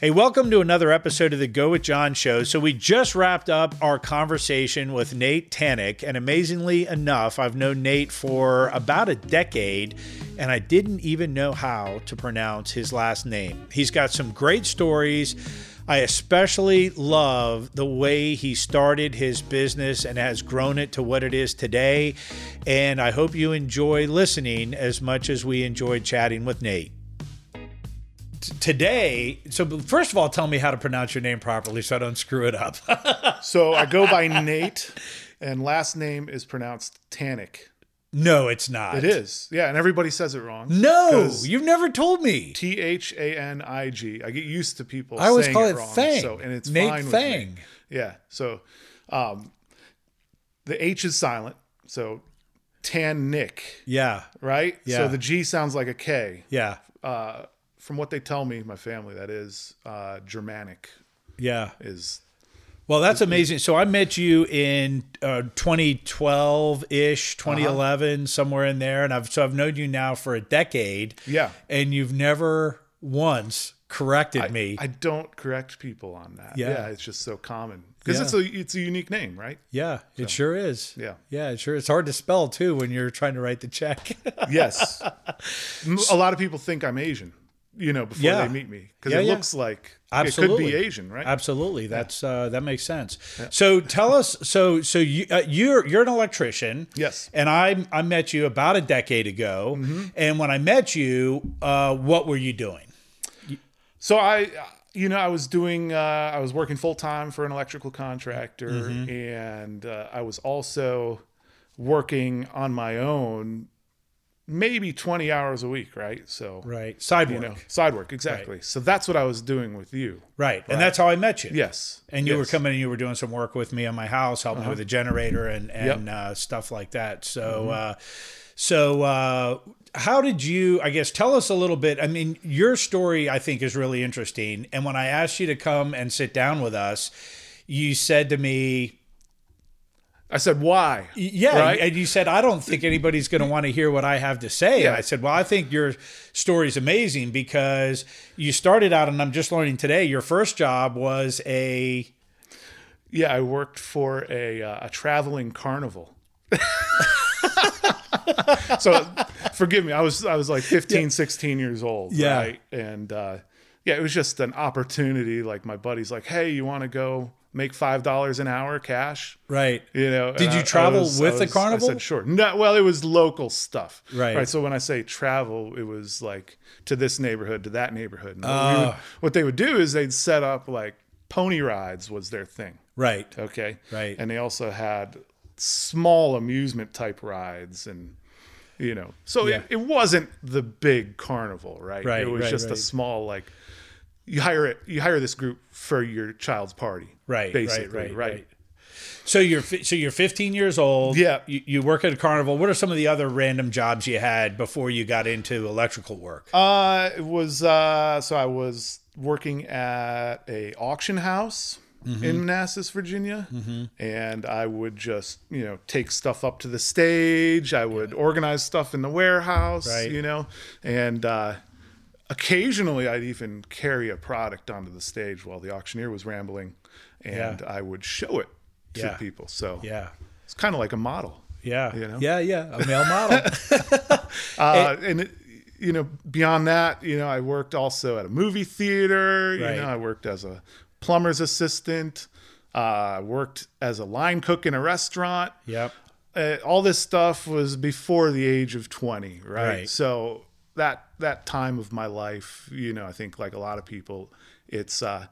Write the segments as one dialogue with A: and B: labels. A: Hey, welcome to another episode of the Go With John show. So, we just wrapped up our conversation with Nate Tannick, and amazingly enough, I've known Nate for about a decade, and I didn't even know how to pronounce his last name. He's got some great stories. I especially love the way he started his business and has grown it to what it is today. And I hope you enjoy listening as much as we enjoyed chatting with Nate today. So first of all, tell me how to pronounce your name properly so I don't screw it up.
B: So I go by Nate, and last name is pronounced Tannic.
A: no, it's not.
B: It is. Yeah, and everybody says it wrong.
A: No,
B: 'Cause
A: you've never told me.
B: T H A N I G. I get used to people
A: I always
B: saying
A: call
B: it,
A: it
B: wrong.
A: Thang.
B: So and it's
A: Nate
B: fine
A: Thang.
B: with me. Yeah. So um the H is silent. So Tannic,
A: Yeah,
B: right?
A: Yeah.
B: So the G sounds like a K.
A: yeah,
B: Uh from what they tell me, my family, that is uh Germanic
A: yeah.
B: is
A: Well, that's amazing. So I met you in uh, 2012 ish,
B: Uh-huh.
A: 2011, somewhere in there, and I've so I've known you now for a decade.
B: Yeah.
A: and you've never once corrected me.
B: I don't correct people on that.
A: Yeah.
B: Yeah, it's just so common because
A: Yeah.
B: it's a it's a unique name, right?
A: yeah, it sure is.
B: Yeah.
A: yeah, it sure. It's hard to spell too when you're trying to write the check.
B: Yes, M- a lot of people think I'm Asian, you know, before
A: Yeah.
B: they meet me because
A: Yeah,
B: it
A: yeah.
B: looks like it
A: Absolutely.
B: could be Asian, right?
A: Absolutely, that's uh, that makes sense. So tell us, so so you uh, you're you're an electrician,
B: Yes. Mm-hmm.
A: and I I met you about a decade ago, and when I met you, uh, what were you doing?
B: So I, you know, I was doing, uh, I was working full time for an electrical contractor,
A: Mm-hmm.
B: and uh, I was also working on my own, maybe twenty hours a week, right? So
A: Right, side
B: you
A: work,
B: know, side work exactly. So that's what I was doing with you.
A: right, and that's how I met you.
B: Yes,
A: and you were
B: Yes. Uh-huh.
A: coming and you were doing some work with me on my house, helping me with a generator and and uh, stuff like that. So,
B: Mm-hmm.
A: uh, so uh, how did you? I guess tell us a little bit. I mean, your story I think is really interesting. And when I asked you to come and sit down with us, you said to me,
B: I said, why?
A: "Yeah,"
B: Right.
A: and you said, "I don't think anybody's going to want to hear what I have to say." And
B: Yeah.
A: I said, "Well, I think your story's amazing because you started out, and I'm just learning today. Your first job was a
B: Yeah, I worked for a, uh, a traveling carnival. so forgive me. I was I was like 15, 16 years old,
A: Yeah.
B: right? And uh, yeah, it was just an opportunity like my buddy's like, "Hey, you want to go make $5 an hour cash?"
A: right."
B: You know, and
A: Did
B: I-
A: you
B: I
A: travel
B: was- I
A: with the
B: was-
A: carnival?
B: I said, sure. No, well, it was local stuff,
A: Right.
B: Right. So when I say travel, it was like to this neighborhood, to that neighborhood. And what, we
A: Ah.
B: would- what they would do is they'd set up like pony rides was their thing.
A: Right.
B: Okay.
A: Right.
B: And they also had small amusement type rides and you know. So
A: Yeah.
B: it, it wasn't the big carnival, right?
A: Right,
B: It was
A: right,
B: just a
A: right.
B: small like you hire it you hire this group for your child's party.
A: Right, right,
B: Basically.
A: right, right. So you're fi- so you're 15 years old.
B: Yeah.
A: You, you work at a carnival. What are some of the other random jobs you had before you got into electrical work?
B: Uh it was uh so I was working at a auction house
A: Mm-hmm.
B: in Manassas, Virginia, and I would just, you know, take stuff up to the stage, I would organize stuff in the warehouse,
A: Right.
B: you know, and uh occasionally I'd even carry a product onto the stage while the auctioneer was rambling and
A: Yeah.
B: I would show it to
A: Yeah.
B: people. So
A: yeah.
B: it's kind of like a model.
A: Yeah.
B: You know?
A: Yeah. Yeah. A male model.
B: Uh, and it, you know, beyond that, you know, I worked also at a movie theater.
A: Right.
B: You know, I worked as a plumber's assistant. Uh, I worked as a line cook in a restaurant.
A: yep.
B: Uh, all this stuff was before the age of twenty, right?
A: Right.
B: So that that time of my life, you know, I think like a lot of people, it's uh,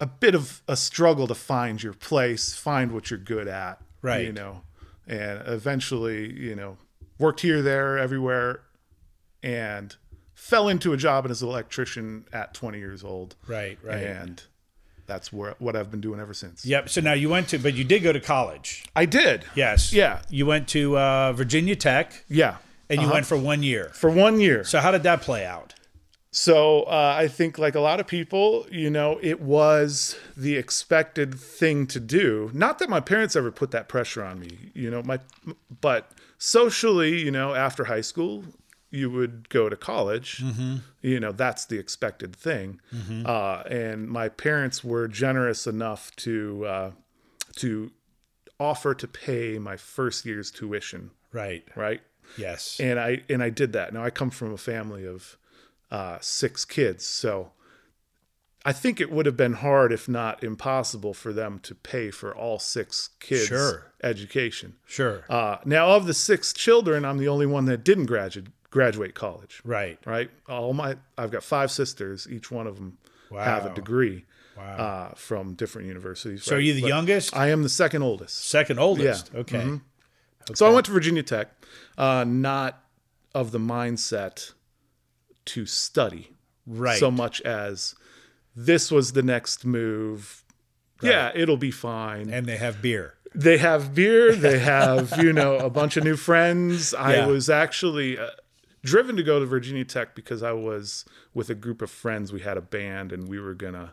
B: a bit of a struggle to find your place, find what you're good at,
A: Right.
B: You know, and eventually, you know, worked here, there, everywhere, and fell into a job as an electrician at 20 years old.
A: Right. Right.
B: And that's where what I've been doing ever since.
A: Yep. So now you went to, but you did go to college.
B: I did.
A: Yes.
B: Yeah. Uh-huh.
A: You went to uh, Virginia Tech
B: Yeah.
A: and you went for one year.
B: For one year.
A: So how did that play out?
B: So uh, I think, like a lot of people, you know, it was the expected thing to do. Not that my parents ever put that pressure on me, you know, my, but socially, you know, after high school, you would go to college. You know, that's the expected thing. Uh, and my parents were generous enough to uh, to offer to pay my first year's tuition.
A: Right.
B: Right.
A: Yes.
B: And I and I did that. Now I come from a family of uh, six kids, so I think it would have been hard, if not impossible, for them to pay for all six kids'
A: Sure.
B: education.
A: sure.
B: Uh, now, of the six children, I'm the only one that didn't graduate graduate college.
A: right.
B: Right? All my I've got five sisters. Each one of them have
A: Wow.
B: a degree
A: Wow.
B: uh, from different universities.
A: so are you the youngest?
B: I am the second oldest.
A: Second oldest.
B: Yeah. Mm-hmm.
A: Okay.
B: So I went to Virginia Tech, uh, not of the mindset to study
A: Right.
B: so much as this was the next move. Yeah, it'll be fine.
A: and they have beer.
B: they have beer they have you know a bunch of new friends
A: Yeah.
B: i was actually uh, driven to go to virginia tech because i was with a group of friends we had a band and we were gonna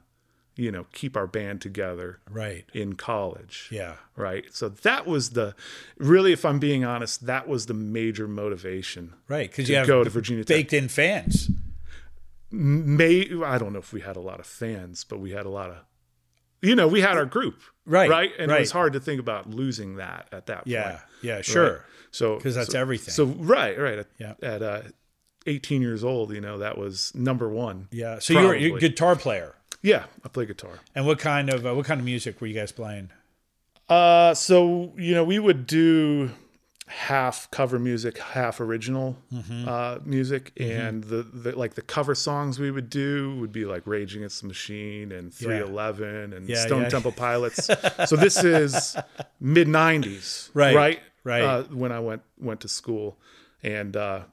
B: you know keep our band together
A: Right.
B: in college
A: Yeah.
B: right so that was the really if i'm being honest that was the major motivation
A: Right. Because you have
B: go to virginia tech
A: baked in fans.
B: may i don't know if we had a lot of fans but we had a lot of you know we had our group
A: Right,
B: right and it was
A: right.
B: hard to think about losing that at that
A: Yeah.
B: point
A: Yeah. Sure.
B: so
A: Because that's
B: so-
A: everything.
B: So right, right. At,
A: Yeah.
B: at uh, 18 years old, you know, that was number one.
A: yeah. So you're, you're a
B: probably.
A: guitar player.
B: Yeah, I play guitar.
A: And what kind of uh, what kind of music were you guys playing?
B: Uh, so you know, we would do half cover music, half original
A: Mm-hmm.
B: uh, music, and the, the like the cover songs we would do would be like Raging Against the Machine and 311 and
A: Yeah,
B: Stone
A: yeah.
B: Temple Pilots. so this is mid 90s,
A: Right,
B: Right,
A: right.
B: Uh, when I went went to school, and uh,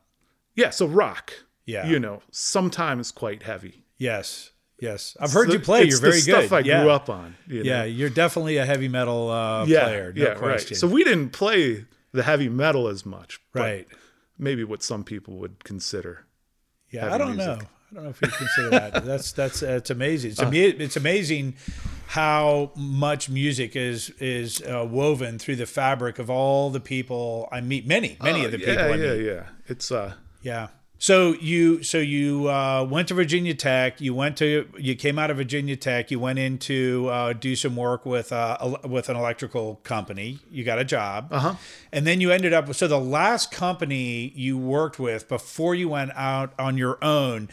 B: yeah, so rock.
A: Yeah.
B: you know, sometimes quite heavy.
A: Yes. Yes. I've heard
B: So
A: you play.
B: it's
A: You're very
B: the stuff
A: good.
B: I
A: yeah.
B: grew up on. you know?
A: Yeah. You're definitely a heavy metal uh, player. No question.
B: Right. So we didn't play the heavy metal as much. but
A: Right.
B: Maybe what some people would consider.
A: Yeah,
B: heavy
A: I don't
B: music.
A: know. I don't know if you consider that. That's that's uh, it's amazing.
B: Uh-huh.
A: It's, ama- it's amazing how much music is is uh, woven through the fabric of all the people I meet. Many, many of the people.
B: Oh, Uh, yeah,
A: I
B: yeah,
A: meet.
B: yeah. It's uh
A: yeah. So you so you uh, went to Virginia Tech. You went to you came out of Virginia Tech. You went in to uh, do some work with uh, el- with an electrical company. You got a job, uh-huh. and then you ended up. with So the last company you worked with before you went out on your own.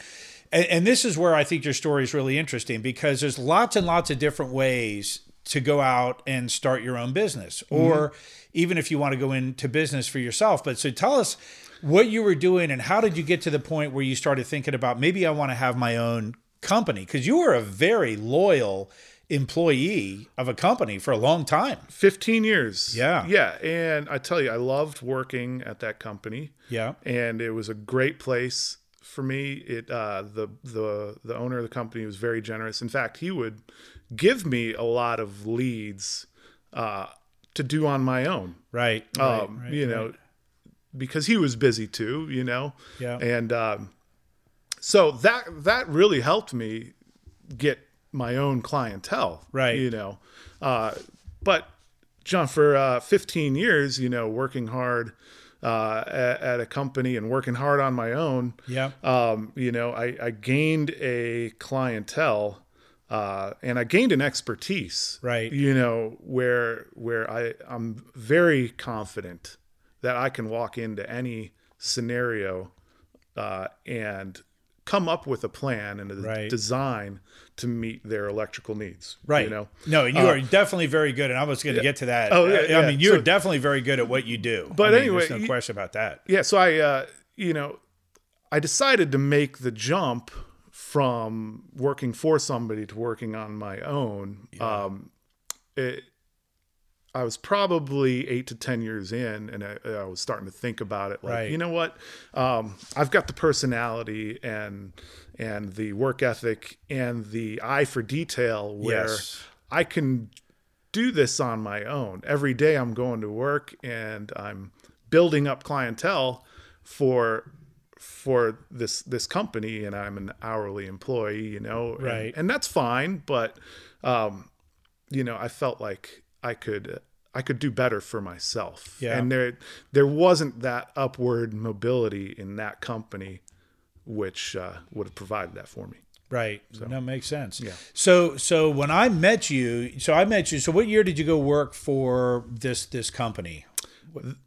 A: And, and this is where I think your story is really interesting because there's lots and lots of different ways to go out and start your own business, or
B: Mm-hmm.
A: even if you want to go into business for yourself. But so tell us what you were doing and how did you get to the point where you started thinking about maybe I want to have my own company? Because you were a very loyal employee of a company for a long time.
B: 15 years.
A: Yeah.
B: Yeah, and I tell you I loved working at that company.
A: Yeah.
B: And it was a great place for me. It uh the the the owner of the company was very generous. In fact, he would give me a lot of leads uh to do on my own.
A: Right.
B: um, you know, because he was busy too, you know.
A: Yeah.
B: And um, so that that really helped me get my own clientele,
A: Right.
B: You know, uh, but John, for uh, 15 years, you know, working hard uh, at, at a company and working hard on my own,
A: yeah.
B: um, you know, I, I gained a clientele uh, and I gained an expertise,
A: Right.
B: You know, where where I I'm very confident that I can walk into any scenario uh, and come up with a plan and a
A: Right.
B: design to meet their electrical needs,
A: Right.
B: You know,
A: no, you are definitely very good, and I was going to get to that.
B: Oh, yeah,
A: I- I
B: yeah.
A: mean, you're
B: So-
A: definitely very good at what you do.
B: But
A: I mean,
B: anyway,
A: there's no
B: you-
A: question about that.
B: yeah so i uh you know i decided to make the jump from working for somebody to working on my own um it i was probably eight to ten years in and i, I was starting to think about it like
A: Right.
B: you know what um i've got the personality and and the work ethic and the eye for detail where
A: Yes.
B: i can do this on my own. Every day I'm going to work and I'm building up clientele for for this this company and I'm an hourly employee, you know. and-
A: Right.
B: And, that's fine, but um you know, I felt like I could I could do better for myself.
A: Yeah.
B: And there there wasn't that upward mobility in that company which uh, would have provided that for me.
A: Right. So, that makes sense. Yeah. So so when I met you, so I met you. So what year did you go work for this this company?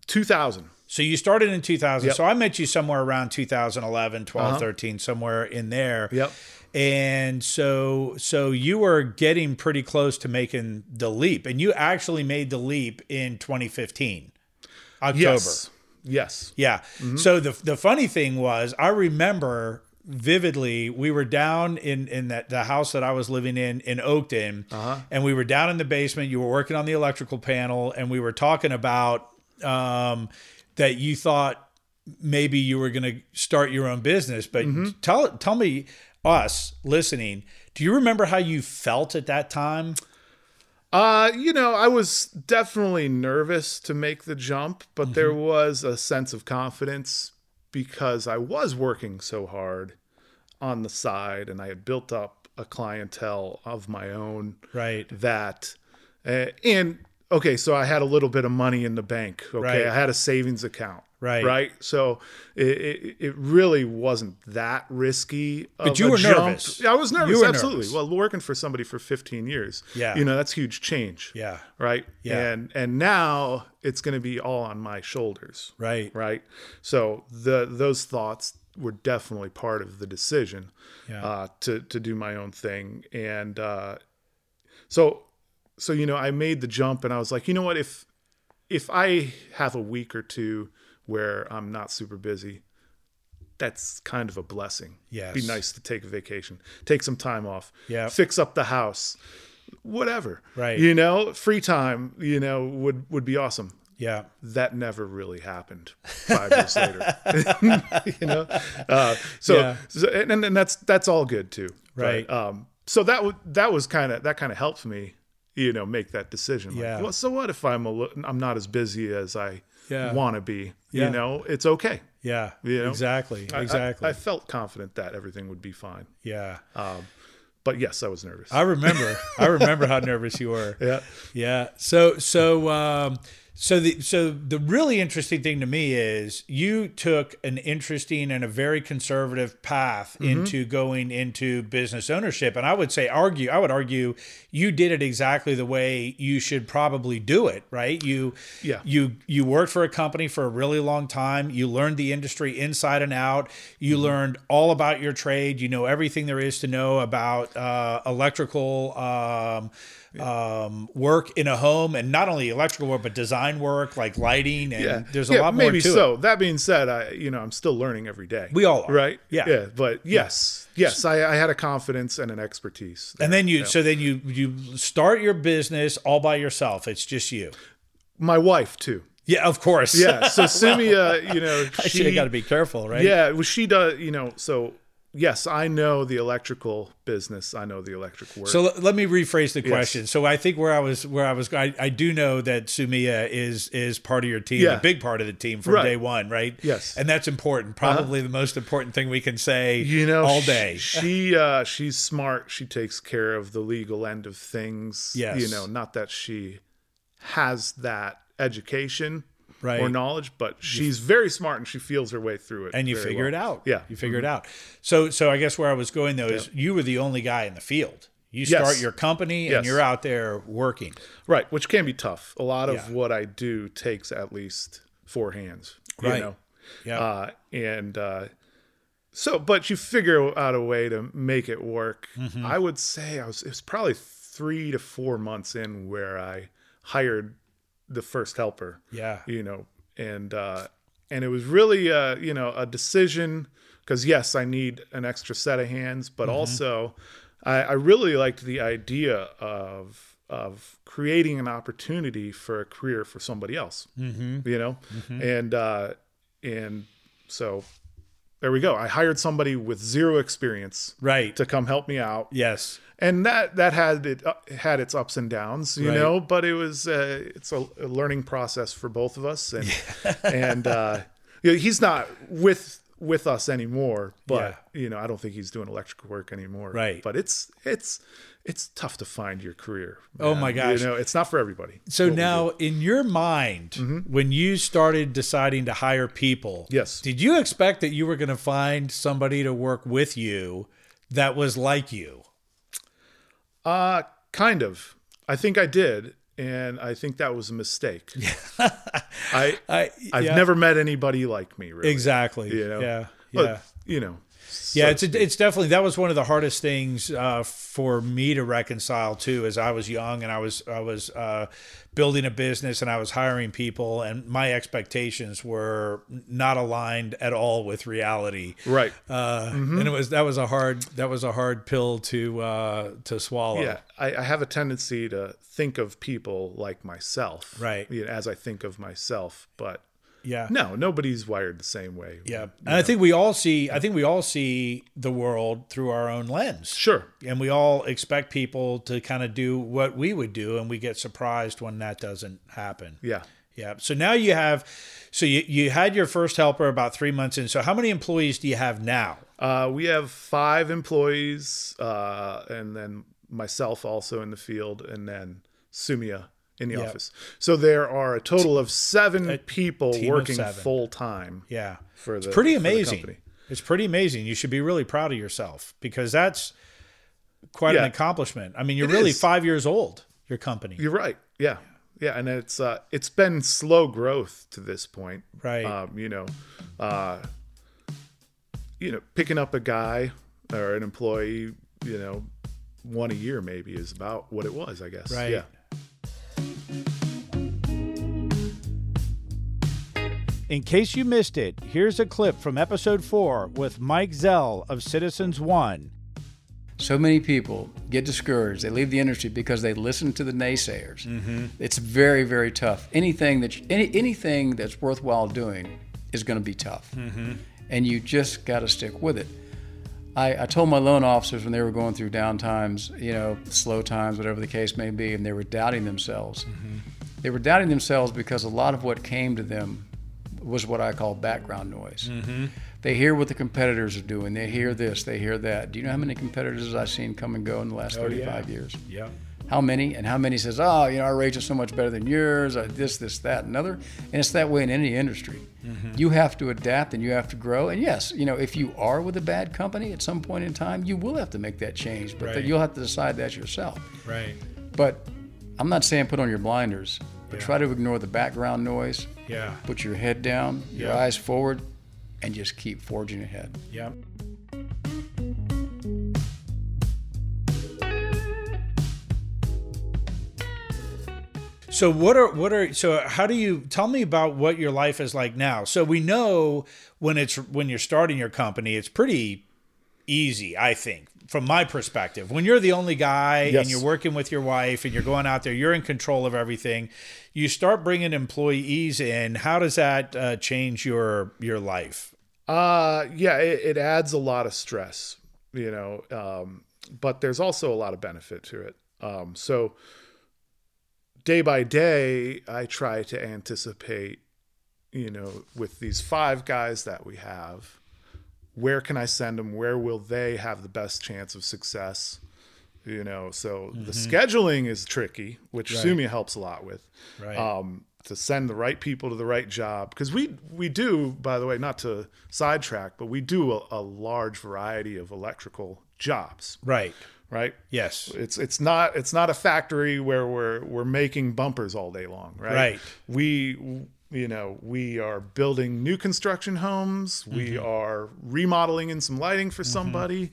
B: 2000.
A: So you started in 2000. So I met you somewhere around 2011, 12, 13, somewhere in there.
B: Yep.
A: And so so you were getting pretty close to making the leap and you actually made the leap in 2015. October.
B: Yes. Yes.
A: Yeah.
B: Mm-hmm.
A: So the the funny thing was, I remember vividly we were down in in that the house that I was living in in Oakton,
B: Uh-huh.
A: and we were down in the basement. You were working on the electrical panel, and we were talking about um, that you thought maybe you were going to start your own business. But
B: Mm-hmm.
A: tell tell me us listening. Do you remember how you felt at that time?
B: Uh, you know, I was definitely nervous to make the jump, but there was a sense of confidence because I was working so hard on the side and I had built up a clientele of my own
A: Right.
B: that uh, and okay, so I had a little bit of money in the bank, okay?
A: Right.
B: I had a savings account.
A: Right.
B: Right? So it it, it really wasn't that risky. But
A: you were
B: jump.
A: nervous.
B: I was nervous,
A: were
B: absolutely.
A: nervous.
B: Well, working for somebody for 15 years.
A: Yeah.
B: You know, that's huge change
A: Yeah.
B: right
A: Yeah.
B: and and now it's going to be all on my shoulders
A: Right.
B: right so the those thoughts were definitely part of the decision
A: Yeah.
B: uh, to to do my own thing and uh, so so you know i made the jump and i was like you know what if if i have a week or two where i'm not super busy that's kind of a blessing
A: Yes.
B: be nice to take a vacation take some time off
A: Yeah.
B: fix up the house whatever
A: Right.
B: you know free time you know would would be awesome
A: Yeah.
B: that never really happened five years later you know uh, so,
A: Yeah.
B: so- and, and- and that's that's all good too
A: Right.
B: But, um so that w- that was kind of that kind of helped me you know make that decision Like,
A: Yeah.
B: well, so what if i'm a li- i'm not as busy as i
A: Yeah.
B: want to be
A: Yeah.
B: you know it's okay
A: Yeah.
B: You know?
A: Exactly.
B: I- I-
A: Exactly.
B: I, felt confident that everything would be fine
A: yeah.
B: but yes i was nervous
A: I remember. I remember how nervous you were.
B: yeah
A: Yeah. So so um so the so the really interesting thing to me is you took an interesting and a very conservative path into going into business ownership and I would say argue I would argue you did it exactly the way you should probably do it, right? You
B: Yeah.
A: you you worked for a company for a really long time, you learned the industry inside and out, you learned all about your trade, you know everything there is to know about uh, electrical um um, work in a home and not only electrical work but design work like lighting and
B: yeah.
A: there's a
B: Yeah,
A: lot more
B: maybe
A: to it.
B: so that being said i you know i'm still learning every day
A: We all are.
B: right
A: Yeah.
B: yeah but yes yes I, I had a confidence and an expertise
A: And then you so then you you start your business all by yourself. It's just you.
B: my wife too
A: Yeah, of course.
B: yeah so simia you know
A: I
B: she
A: should have got to be careful, right?
B: yeah well, she does you know so yes i know the electrical business i know the electric work
A: So l- let me rephrase the question. So I think where I was, where I was, I, I do know that Sumia is is part of your team,
B: Yeah.
A: a big part of the team from
B: Right.
A: day one, right?
B: Yes. Uh-huh.
A: and that's important. Probably the most important thing we can say,
B: you know
A: all
B: sh-
A: day.
B: she uh she's smart she takes care of the legal end of things
A: Yes.
B: you know not that she has that education
A: Right.
B: or knowledge but she's very smart and she feels her way through it
A: and you
B: very
A: figure
B: well.
A: it out.
B: Yeah. Mm-hmm.
A: you figure it out. So, so I guess where I was going though is you were the only guy in the field. You
B: Yes.
A: start your company and
B: Yes.
A: you're out there working.
B: right which can be tough a lot of
A: Yeah.
B: what i do takes at least four hands
A: Right.
B: you know
A: Yeah,
B: uh, and uh, so but you figure out a way to make it work
A: Mm-hmm.
B: i would say i was it was probably three to four months in where i hired the first helper
A: yeah,
B: you know and uh and it was really uh you know a decision because yes i need an extra set of hands but also I, I really liked the idea of of creating an opportunity for a career for somebody else mm-hmm. you know and uh and so there we go i hired somebody with zero experience
A: right.
B: to come help me out
A: yes,
B: and that that had it uh, had its ups and downs you
A: Right.
B: know but it was uh, it's a, a learning process for both of us and and uh you know, he's not with with us anymore. But you know, I don't think he's doing electrical work anymore.
A: Right.
B: But it's it's it's tough to find your career.
A: Oh my gosh.
B: You know, it's not for everybody.
A: So now, in your mind,
B: Mm-hmm.
A: when you started deciding to hire people,
B: Yes.
A: did you expect that you were going to find somebody to work with you that was like you?
B: Uh kind of. I think I did, and I think that was a mistake. I
A: I,
B: I've
A: Uh, yeah,
B: never met anybody like me really.
A: exactly.
B: You know?
A: Yeah,
B: But,
A: yeah.
B: you know.
A: yeah, it's it's definitely that was one of the hardest things uh, for me to reconcile too. As I was young and I was I was uh, building a business and I was hiring people, and my expectations were not aligned at all with reality.
B: Right.
A: Uh,
B: Mm-hmm.
A: And it was that was a hard that was a hard pill to uh, to swallow.
B: Yeah, I, I have a tendency to think of people like myself,
A: Right.
B: You know, as I think of myself, but
A: yeah.
B: no, nobody's wired the same way.
A: Yeah. And I think we all see I think we all see the world through our own lens.
B: sure.
A: And we all expect people to kind of do what we would do and we get surprised when that doesn't happen.
B: Yeah,
A: Yeah. So now you have so you, you had your first helper about three months in. So how many employees do you have now?
B: uh, we have five employees, uh, and then myself also in the field, and then Sumia in the office. So there are a total of seven people
A: of
B: working
A: seven.
B: full time.
A: Yeah.
B: For
A: it's
B: the-
A: pretty
B: for the
A: amazing.
B: company.
A: It's pretty amazing. You should be really proud of yourself because that's quite an
B: Yeah.
A: accomplishment. I mean, you're really
B: is.
A: five years old, your company.
B: You're right. Yeah. Yeah, and it's uh, it's been slow growth to this point,
A: Right.
B: Um, you know, uh, you know, picking up a guy or an employee, you know, one a year maybe is about what it was, I guess.
A: Right.
B: Yeah.
A: In case you missed it, here's a clip from episode four with Mike Zell of Citizens One.
C: So many people get discouraged. They leave the industry because they listen to the naysayers. It's very, very tough. Anything that you- any, anything that's worthwhile doing is going to be tough, and you just got to stick with it. I, I told my loan officers when they were going through down times, you know, slow times, whatever the case may be, and they were doubting themselves. They were doubting themselves because a lot of what came to them was what I call background noise. They hear what the competitors are doing. They hear this. They hear that. Do you know how many competitors I've seen come and go in the last 35 years?
A: Yeah.
C: How many? And how many says, oh, you know, our rates are so much better than yours. Or this, this, that, and other. And it's that way in any industry.
A: Mm-hmm.
C: You have to adapt and you have to grow. And yes, you know, if you are with a bad company at some point in time, you will have to make that change. But
A: Right.
C: you'll have to decide that yourself.
A: Right.
C: But I'm not saying put on your blinders, but try to ignore the background noise.
A: Yeah.
C: Put your head down, your
A: Yeah.
C: eyes forward, and just keep forging ahead.
A: Yeah. So what are what are so how do you tell me about what your life is like now? So we know when it's when you're starting your company, it's pretty easy, I think, from my perspective. When you're the only guy and
B: Yes.
A: you're working with your wife and you're going out there, you're in control of everything. You start bringing employees in. How does that uh, change your your life?
B: Uh, yeah, it, it adds a lot of stress, you know, um, but there's also a lot of benefit to it. Um, so day by day, I try to anticipate, you know, with these five guys that we have, where can I send them? Where will they have the best chance of success? You know, so the scheduling is tricky, which Sumi helps a lot with
A: Right.
B: um, to send the right people to the right job because we we do by the way not to sidetrack but we do a, a large variety of electrical jobs
A: right.
B: right
A: Yes.
B: it's it's not it's not a factory where we're we're making bumpers all day long right
A: Right.
B: we you know we are building new construction homes we
A: Mm-hmm.
B: are remodeling in some lighting for somebody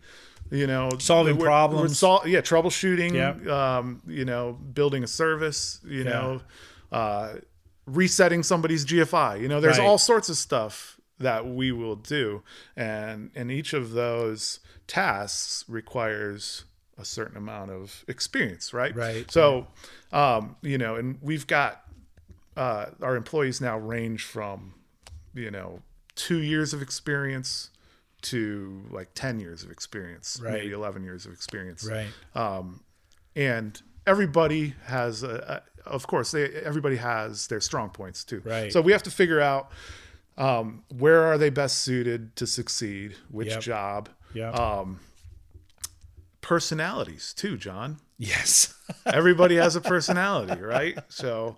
B: you know
A: Solving
B: we're- we're
A: problems.
B: sol- yeah troubleshooting
A: Yep.
B: um you know building a service you know uh resetting somebody's gfi you know there's
A: Right.
B: all sorts of stuff that we will do and and each of those tasks requires a certain amount of experience right
A: Right.
B: so um you know and we've got uh our employees now range from you know two years of experience to like 10 years of experience
A: Right.
B: maybe 11 years of experience
A: Right.
B: and everybody has a, a, of course they, everybody has their strong points too
A: Right.
B: so we have to figure out um, where are they best suited to succeed which
A: Yep.
B: job
A: Yeah.
B: personalities too john
A: yes.
B: everybody has a personality right so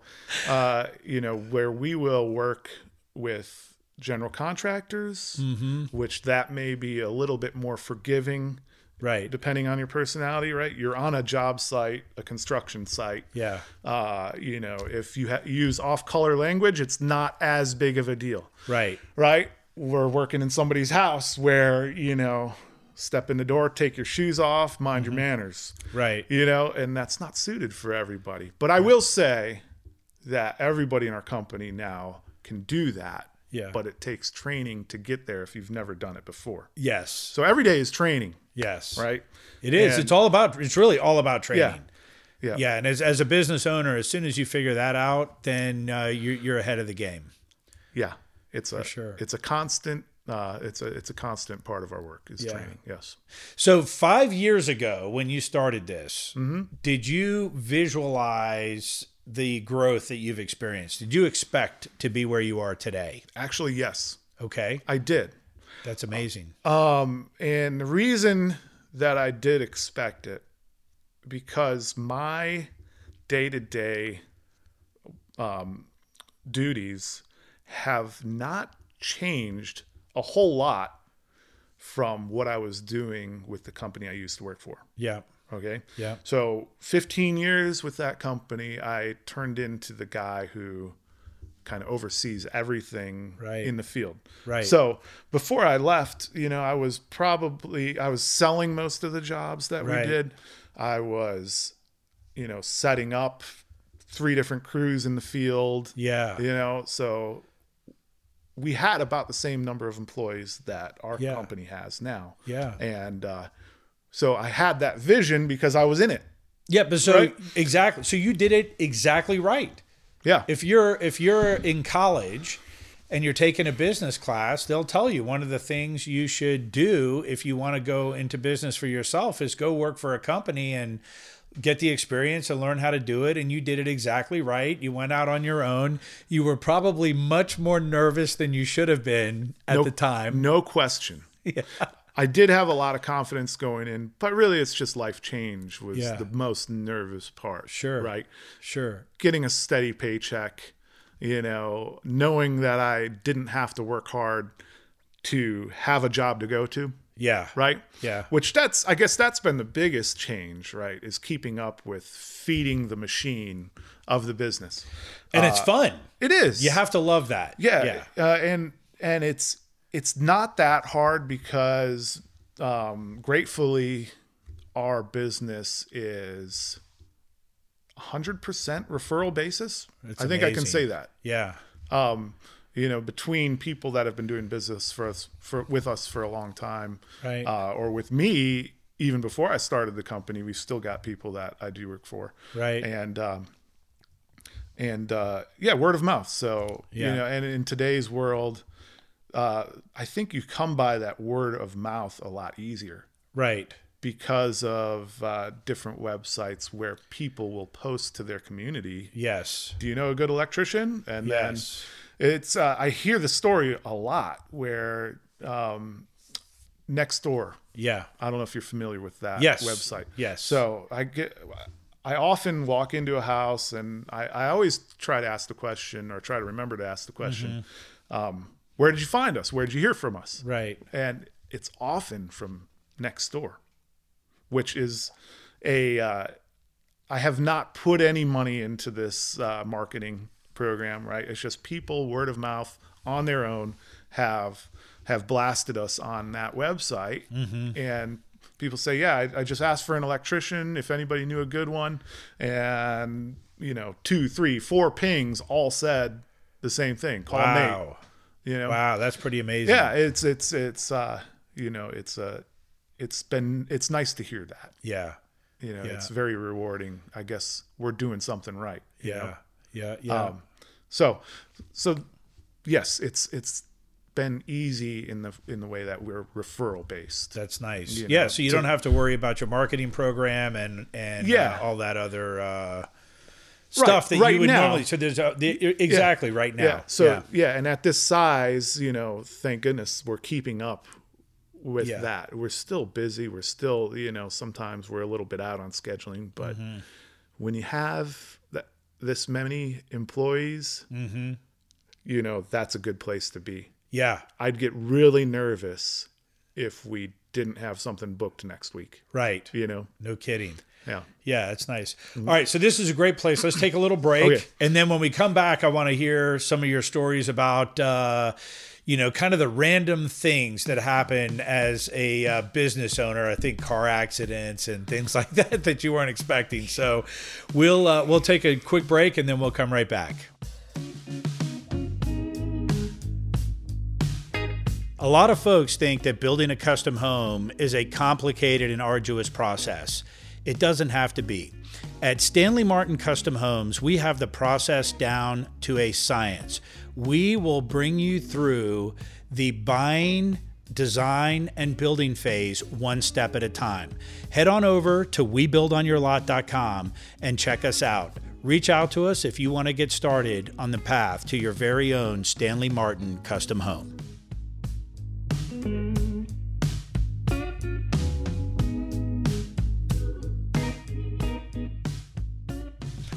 B: uh, you know where we will work with general contractors
A: Mm-hmm.
B: which that may be a little bit more forgiving
A: right.
B: depending on your personality right you're on a job site a construction site
A: Yeah.
B: uh, you know if you ha- use off color language it's not as big of a deal
A: Right.
B: right? We're working in somebody's house where, you know, step in the door, take your shoes off, mind
A: Mm-hmm.
B: your manners,
A: Right.
B: you know, and that's not suited for everybody. But I will say that everybody in our company now can do that.
A: Yeah.
B: But it takes training to get there if you've never done it before.
A: Yes.
B: So every day is training,
A: Yes.
B: right?
A: It is.
B: And-
A: it's all about. It's really all about training.
B: Yeah. Yeah.
A: And as as a business owner, as soon as you figure that out, then uh, you're you're ahead of the game.
B: Yeah. It's a
A: sure.
B: it's a constant uh it's a it's a constant part of our work is training. Yes.
A: So five years ago, when you started this,
B: Mm-hmm.
A: did you visualize the growth that you've experienced? Did you expect to be where you are today?
B: Actually, yes.
A: Okay,
B: I did.
A: that's amazing.
B: Um, and the reason that I did expect it because my day to day um, duties have not changed a whole lot from what I was doing with the company I used to work for.
A: yeah,
B: Okay.
A: Yeah.
B: So 15 years with that company, I turned into the guy who kind of oversees everything
A: Right.
B: in the field.
A: Right.
B: So before I left, you know, I was probably I was selling most of the jobs that
A: Right.
B: we did. I was, you know, setting up three different crews in the field.
A: yeah,
B: You know, so we had about the same number of employees that our
A: Yeah.
B: company has now.
A: Yeah.
B: And uh, so I had that vision because I was in it.
A: yeah. But so
B: Right.
A: exactly, so you did it exactly right.
B: Yeah.
A: If you're if you're in college and you're taking a business class, they'll tell you one of the things you should do if you want to go into business for yourself is go work for a company and get the experience and learn how to do it and you did it exactly right. You went out on your own. You were probably much more nervous than you should have been at the time.
B: no question. I did have a lot of confidence going in, but really it's just life change was
A: Yeah.
B: the most nervous part.
A: Sure.
B: Right.
A: Sure.
B: Getting a steady paycheck, you know, knowing that I didn't have to work hard to have a job to go to.
A: Yeah.
B: right?
A: Yeah.
B: Which that's I guess that's been the biggest change, right? Is keeping up with feeding the machine of the business.
A: And it's fun.
B: It is.
A: You have to love that.
B: Uh, yeah. Uh, and and it's it's not that hard because um gratefully our business is 100% referral basis.
A: That's
B: I think I can
A: amazing.
B: say that
A: Yeah.
B: um, you know, between people that have been doing business for us for with us for a long time,
A: Right.
B: Uh, or with me, even before I started the company, we've still got people that I do work for,
A: Right.
B: And um, and uh, yeah, word of mouth. So
A: Yeah.
B: you know, and in today's world, uh, I think you come by that word of mouth a lot easier
A: Right.
B: because of uh, different websites where people will post to their community.
A: Yes.
B: Do you know a good electrician? And then
A: Yes.
B: it's uh, I hear the story a lot where um, next door.
A: Yeah.
B: I don't know if you're familiar with that
A: Yes.
B: website.
A: Yes.
B: So I get I often walk into a house and I, I always try to ask the question or try to remember to ask the question,
A: Mm-hmm.
B: um, where did you find us? Where did you hear from us?
A: Right.
B: And it's often from next door, which is a uh, I have not put any money into this uh, marketing program, right? It's just people word of mouth on their own have have blasted us on that website, and people say, "Yeah, I, I just asked for an electrician. If anybody knew a good one," and you know, two, three, four pings all said the same thing. Call Nate.
A: Wow.
B: You know,
A: Wow, that's pretty amazing.
B: yeah, it's it's it's uh, you know, it's uh, it's been it's nice to hear that
A: Yeah.
B: you know it's very rewarding i guess we're doing something right you
A: Yeah.
B: know?
A: Yeah. Yeah.
B: Um, so so yes it's it's been easy in the in the way that we're referral based
A: that's nice. yeah. So you don't have to worry about your marketing program and and uh,
B: Yeah.
A: all that other uh, stuff that
B: right
A: you would
B: now.
A: normally. So there's a, the, e, exactly right now.
B: Yeah. So yeah. and at this size, you know, thank goodness we're keeping up with
A: Yeah.
B: that. We're still busy. We're still, you know, sometimes we're a little bit out on scheduling, but
A: Mm-hmm.
B: when you have that, this many employees,
A: Mm-hmm.
B: you know, that's a good place to be.
A: yeah,
B: I'd get really nervous if we didn't have something booked next week.
A: right.
B: You know,
A: No kidding.
B: yeah.
A: Yeah, that's nice. All right, so this is a great place. Let's take a little break,
B: Okay.
A: and then when we come back, I want to hear some of your stories about, uh, you know, kind of the random things that happen as a uh, business owner. I think car accidents and things like that that you weren't expecting. So, we'll uh, we'll take a quick break, and then we'll come right back. A lot of folks think that building a custom home is a complicated and arduous process. It doesn't have to be. At Stanley Martin Custom Homes, we have the process down to a science. We will bring you through the buying, design, and building phase one step at a time. Head on over to WeBuildOnYourLot.com and check us out. Reach out to us if you want to get started on the path to your very own Stanley Martin custom home.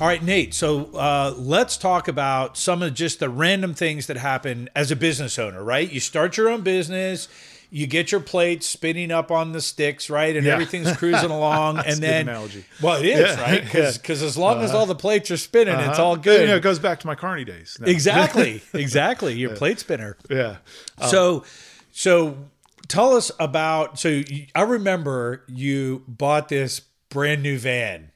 A: All right, Nate. So uh, let's talk about some of just the random things that happen as a business owner, right? You start your own business, you get your plates spinning up on the sticks, right? And
B: Yeah.
A: everything's cruising along. and
B: a good
A: then,
B: analogy. Uh-huh.
A: well, it is, right? Because as long as all the plates are spinning, it's all good.
B: You know, it goes back to my Carney days. No.
A: exactly. Exactly. Your plate spinner.
B: Yeah.
A: So, so tell us about. So you, I remember you bought this brand new van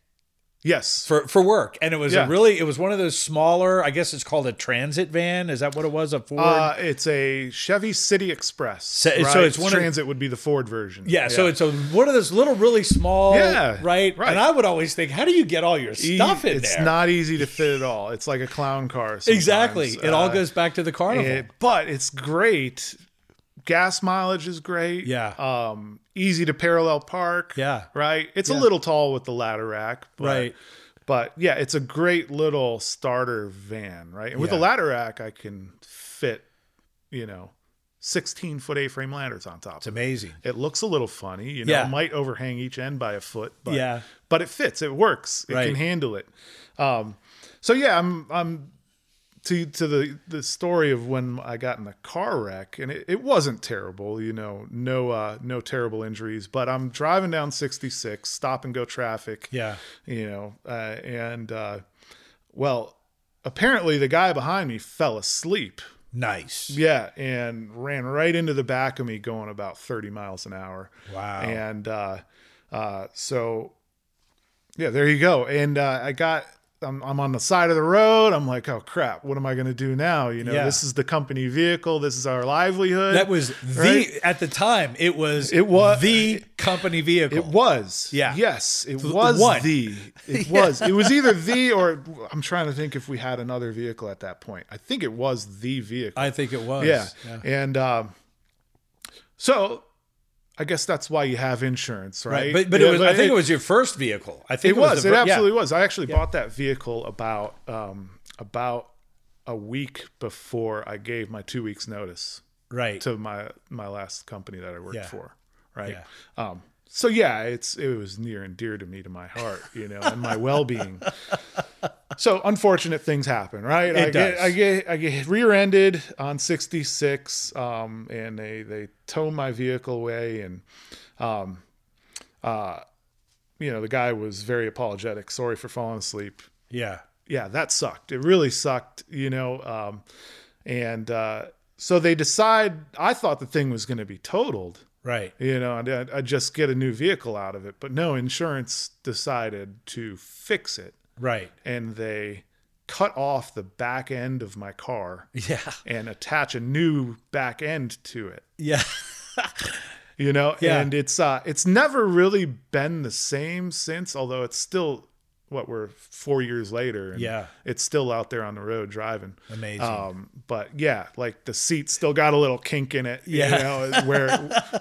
B: Yes.
A: for for work, and it was
B: Yeah.
A: a really it was one of those smaller. I guess it's called a transit van. Is that what it was? A Ford.
B: Uh, it's a Chevy City Express.
A: so it's one of-
B: transit would be the Ford version.
A: yeah, so it's a one of those little, really small,
B: Yeah,
A: right?
B: right.
A: And I would always think, how do you get all your
B: E-
A: stuff in
B: it's
A: there?
B: not easy to fit at all. It's like a clown car. sometimes.
A: exactly. it all
B: Uh,
A: goes back to the carnival.
B: it- but it's great. Gas mileage is great.
A: Yeah.
B: Um, easy to parallel park.
A: Yeah.
B: Right. It's
A: Yeah.
B: a little tall with the ladder rack. But,
A: right.
B: But yeah, it's a great little starter van. Right. And with the
A: Yeah.
B: ladder rack, I can fit, you know, sixteen foot A frame ladders on top.
A: It's amazing.
B: It looks a little funny, you know.
A: Yeah.
B: It might overhang each end by a foot, but
A: Yeah.
B: but it fits. It works. It
A: Right.
B: can handle it. Um, so yeah, I'm I'm to to the the story of when I got in the car wreck, and it, it wasn't terrible, you know. No uh, no terrible injuries, but I'm driving down 66, stop and go traffic
A: Yeah.
B: you know uh, and uh, well apparently the guy behind me fell asleep
A: Nice.
B: yeah and ran right into the back of me going about 30 miles an hour
A: Wow.
B: and uh, uh, so yeah there you go and uh, i got I'm, I'm on the side of the road i'm like oh crap what am i going to do now you know
A: Yeah.
B: this is the company vehicle this is our livelihood
A: That was the
B: Right?
A: at the time it was
B: It wa-
A: the company vehicle.
B: It was.
A: Yeah.
B: Yes, it
A: The
B: was
A: one.
B: the. It was. It was either the or I'm trying to think if we had another vehicle at that point. I think it was the vehicle.
A: I think it was.
B: yeah. And um, so I guess that's why you have insurance, right?
A: But but
B: Yeah,
A: it was I think it was your first vehicle. I think
B: It was.
A: the
B: It
A: fir- yeah.
B: absolutely was. I actually bought that vehicle about um, about a week before I gave my two weeks notice
A: right.
B: to my my last company that I worked
A: Yeah.
B: for, right? Um, so yeah, it's it was near and dear to me to my heart, you know, and my well being. So unfortunate things happen, right?
A: does.
B: I get I get I get rear-ended on 66, um, and they they tow my vehicle away, and um, uh, you know the guy was very apologetic, sorry for falling asleep,
A: yeah.
B: yeah, that sucked. It really sucked, you know. Um, and uh, so they decide. I thought the thing was going to be totaled,
A: Right.
B: you know, and I'd, I'd just get a new vehicle out of it. But no, insurance decided to fix it,
A: Right.
B: and they cut off the back end of my car
A: Yeah.
B: and attach a new back end to it.
A: Yeah.
B: You know,
A: Yeah.
B: and it's uh, it's never really been the same since. Although it's still what we're four years later. And
A: Yeah.
B: it's still out there on the road driving.
A: Amazing.
B: Um, but yeah, like the seat still got a little kink in it.
A: Yeah.
B: you know, where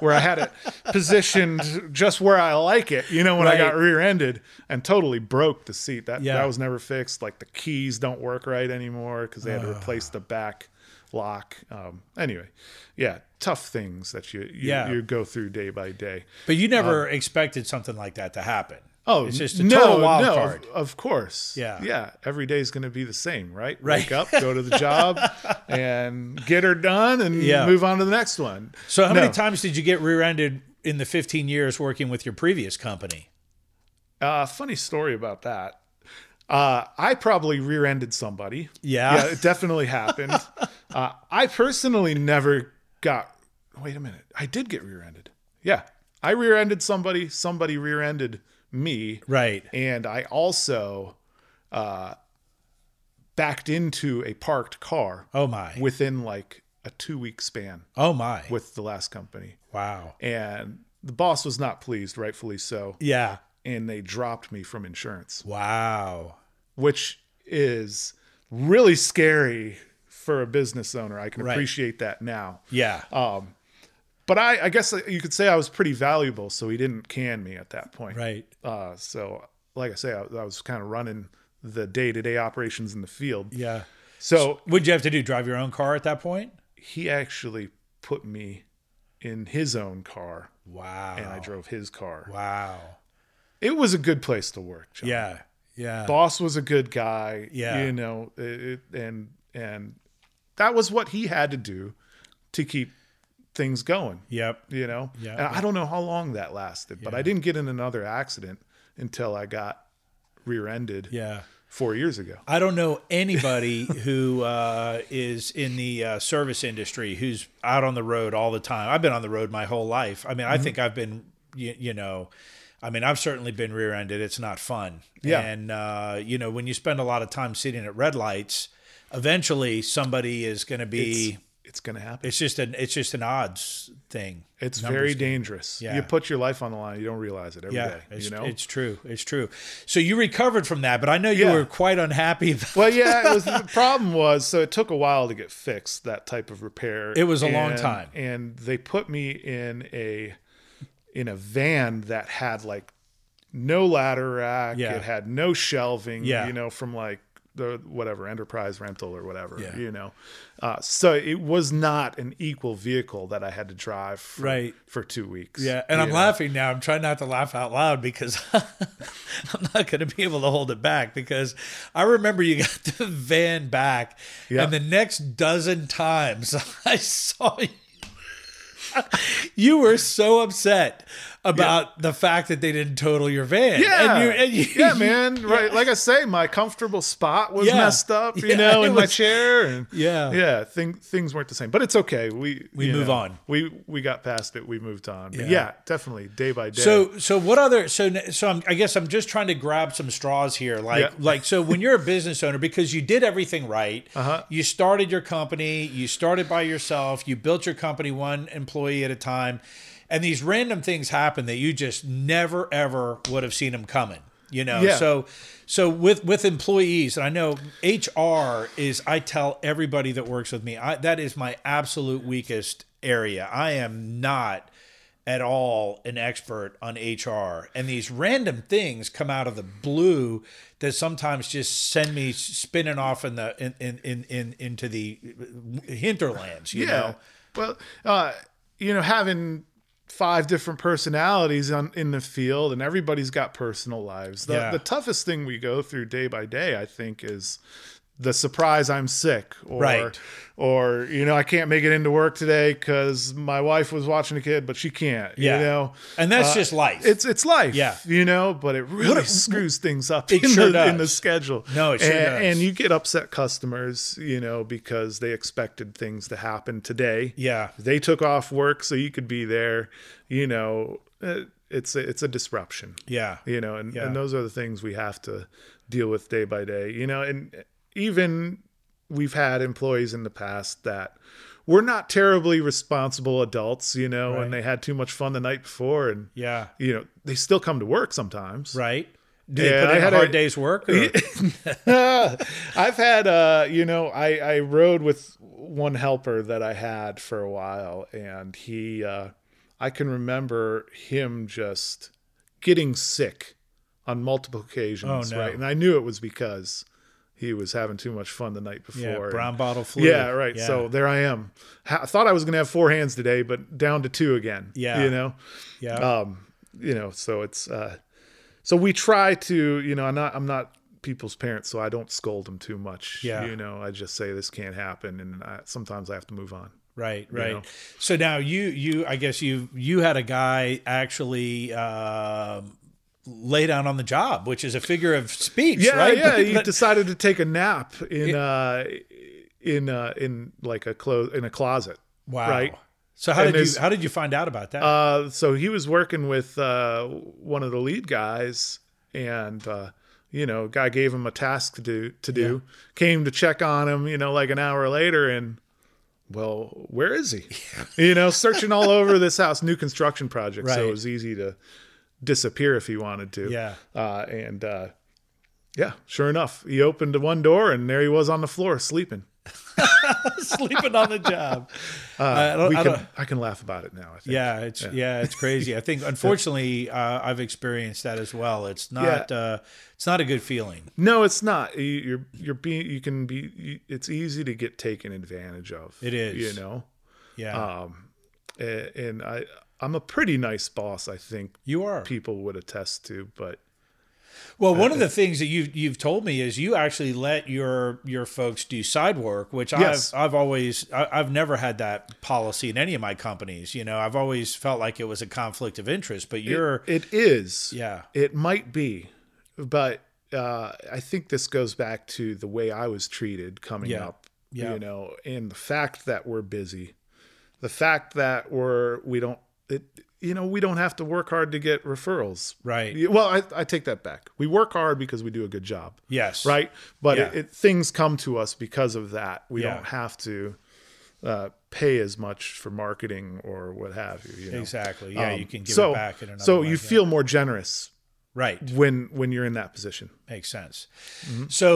B: where I had it positioned just where I like it. You know, when I got
A: Right.
B: rear-ended and totally broke the seat. That
A: Yeah.
B: that was never fixed. Like the keys don't work right anymore because they had to replace the back lock. Um, anyway, yeah, tough things that you you,
A: Yeah.
B: you go through day by day.
A: But you never expected something like that to happen.
B: Um, Oh,
A: it's just a
B: n-
A: total wild
B: of-
A: card.
B: Of, course.
A: Yeah.
B: Yeah. Every day is going to be the same, right?
A: Right.
B: Wake up, go to the job, and get her done, and
A: Yeah.
B: move on to the next one.
A: So how
B: No.
A: many times did you get rear-ended in the 15 years working with your previous company?
B: Uh, funny story about that. Uh, I probably rear-ended somebody.
A: Yeah.
B: Yeah, it definitely happened. uh, I personally never got. Wait a minute. I did get rear-ended. Yeah, I rear-ended somebody. Somebody rear-ended me.
A: Right.
B: and I also uh, backed into a parked car
A: Oh my.
B: within like a two week span
A: oh my.
B: with the last company.
A: wow.
B: And the boss was not pleased, rightfully so.
A: Yeah.
B: And they dropped me from insurance,
A: Wow.
B: which is really scary for a business owner. I can
A: Right.
B: appreciate that now.
A: Yeah.
B: Uh, But I, I guess uh, you could say I was pretty valuable, so he didn't can me at that point.
A: right.
B: Uh, so, like I say, I, I was kind of running the day to day operations in the field.
A: Yeah.
B: So
A: What'd you have to do? Drive your own car at that point?
B: he actually put me in his own car,
A: Wow.
B: and I drove his car.
A: Wow.
B: It was a good place to work. John.
A: Yeah. Yeah.
B: boss was a good guy.
A: Yeah.
B: you know, it, it- and and that was what he had to do to keep things going.
A: Yep.
B: You know,
A: Yeah.
B: and I don't know how long that lasted, but I didn't get in another accident until I got rear-ended
A: Yeah.
B: four years ago.
A: I don't know anybody who uh, is in the uh, service industry who's out on the road all the time. I've been on the road my whole life. I mean,
B: Mm-hmm.
A: I think I've been, you, you know, I mean, I've certainly been rear ended. It's not fun.
B: Yeah.
A: And, uh, you know, when you spend a lot of time sitting at red lights, eventually somebody is going to be.
B: It's, it's going to happen.
A: It's just an it's just an odds thing.
B: It's
A: Numbers
B: very
A: game.
B: dangerous.
A: Yeah.
B: You put your life on the line, you don't realize it every day.
A: Yeah, it's,
B: you know?
A: it's true. It's true. So you recovered from that, but I know you
B: Yeah.
A: were quite unhappy. About,
B: well, yeah, it was the problem was so it took a while to get fixed that type of repair.
A: It was a long
B: And-
A: time.
B: And they put me in a in a van that had like no ladder rack,
A: Yeah.
B: it had no shelving,
A: Yeah.
B: you know, from like the whatever enterprise rental or whatever,
A: Yeah.
B: you know. Uh, so it was not an equal vehicle that I had to drive for,
A: Right.
B: for 2 weeks.
A: yeah, and
B: you
A: I'm
B: know?
A: laughing now. I'm trying not to laugh out loud because I'm not going to be able to hold it back because I remember you got the van back,
B: Yeah.
A: and the next dozen times I saw you. You were so upset about the fact that they didn't total your van.
B: Yeah,
A: and you, and you,
B: yeah, man. Right, like I say, my comfortable spot was
A: Yeah.
B: messed up, you
A: Yeah,
B: know,
A: it
B: in my
A: was-
B: chair, and
A: Yeah.
B: yeah, thing, things weren't the same. But it's okay. We
A: We
B: you
A: move
B: know,
A: on.
B: We we got past it. We moved on. But
A: Yeah.
B: yeah, definitely, day by day.
A: So, so what other? So, so I'm, I guess I'm just trying to grab some straws here. Like,
B: Yeah.
A: like, so when you're a business owner, because you did everything right, uh-huh. you started your company, you started by yourself, you built your company one employee at a time, and these random things happen that you just never ever would have seen them coming. You know,
B: Yeah.
A: so so with with employees, and I know HR is. I tell everybody that works with me I, that is my absolute weakest area. I am not at all an expert on HR. And these random things come out of the blue that sometimes just send me spinning off in the in in in, in into the hinterlands, you
B: yeah.
A: know.
B: Well, uh, you know, having five different personalities on in the field, and everybody's got personal lives. The,
A: Yeah.
B: the toughest thing we go through day by day, I think, is the surprise I'm sick or
A: Right.
B: or you know I can't make it into work today cuz my wife was watching a kid but she can't
A: Yeah.
B: you know
A: And that's just life.
B: Uh, it's it's life.
A: Yeah.
B: you know, but it really screws things up in,
A: sure
B: the,
A: does.
B: in the schedule.
A: No, it sure
B: and,
A: does.
B: And you get upset customers, you know, because they expected things to happen today.
A: Yeah.
B: they took off work so you could be there. You know, uh, it's a, it's a disruption.
A: yeah.
B: You know, and,
A: Yeah.
B: and those are the things we have to deal with day by day. You know, and even we've had employees in the past that were not terribly responsible adults, you know, and they had too much fun the night before and
A: Yeah.
B: you know they still come to work sometimes
A: Right. Do they
B: Yeah,
A: put
B: I
A: in a
B: had a-
A: hard day's work? Or?
B: I've had, uh, you know, I, I rode with one helper that I had for a while, and he, uh, I can remember him just getting sick on multiple occasions,
A: Oh, no.
B: right? And I knew it was because he was having too much fun the night before.
A: yeah,
B: and-
A: brown bottle flu.
B: yeah, right.
A: Yeah.
B: So there I am. Ha- I thought I was going to have four hands today, but down to two again.
A: Yeah.
B: You know?
A: yeah,
B: um you know so it's uh so we try to you know i'm not i'm not people's parents so i don't scold them too much
A: Yeah.
B: you know i just say this can't happen and I, sometimes i have to move on
A: right, right.
B: know.
A: So now you, you, I guess you, you had a guy actually. Um, Lay down on the job, which is a figure of speech,
B: yeah
A: right?
B: yeah
A: But-
B: he
A: but-
B: decided to take a nap in uh in uh in like a clo- in a closet
A: wow.
B: right
A: So how
B: And
A: did
B: there's-
A: you how did you find out about that?
B: Uh, so he was working with uh, one of the lead guys, and uh, you know, guy gave him a task to do. To do, came to check on him, you know, like an hour later, and well, where is he? you know, searching all over this house, new construction project, so
A: Right.
B: it was easy to disappear if he wanted to.
A: Yeah.
B: uh, and uh, yeah, sure enough, he opened one door, and there he was on the floor sleeping.
A: Sleeping on the job. Uh, I don't-
B: Uh, We
A: Oh, I don't-
B: can, I can laugh about it now. I think.
A: yeah, it's yeah. it's crazy. I think unfortunately uh, I've experienced that as well. It's not uh, it's not a good feeling.
B: No, it's not. You- You're you're being you can be. You, it's easy to get taken advantage of.
A: It is.
B: you know.
A: Yeah,
B: Uh, A- And I I'm a pretty nice boss. I think
A: you are.
B: people would attest to, but
A: Well, one of
B: Uh,
A: the things that you've you've told me is you actually let your your folks do side work, which
B: Yes.
A: I've I've always I, I've never had that policy in any of my companies. You know, I've always felt like it was a conflict of interest. But you're
B: it is.
A: yeah
B: It might be, but uh, I think this goes back to the way I was treated coming
A: Yeah.
B: up.
A: Yeah.
B: You know, and the fact that we're busy, the fact that we're we don't it you know we don't have to work hard to get referrals.
A: Right.
B: Yeah, Well, I, I take that back. We work hard because we do a good job.
A: yes
B: Right. But it,
A: Yeah.
B: it, things come to us because of that. We
A: Yeah.
B: don't have to uh, pay as much for marketing or what have you. you know?
A: exactly yeah
B: Um,
A: you can give
B: so,
A: it back in another
B: So
A: way.
B: you
A: Yeah.
B: feel more generous
A: right
B: when when you're in that position.
A: makes sense.
B: Mm-hmm.
A: So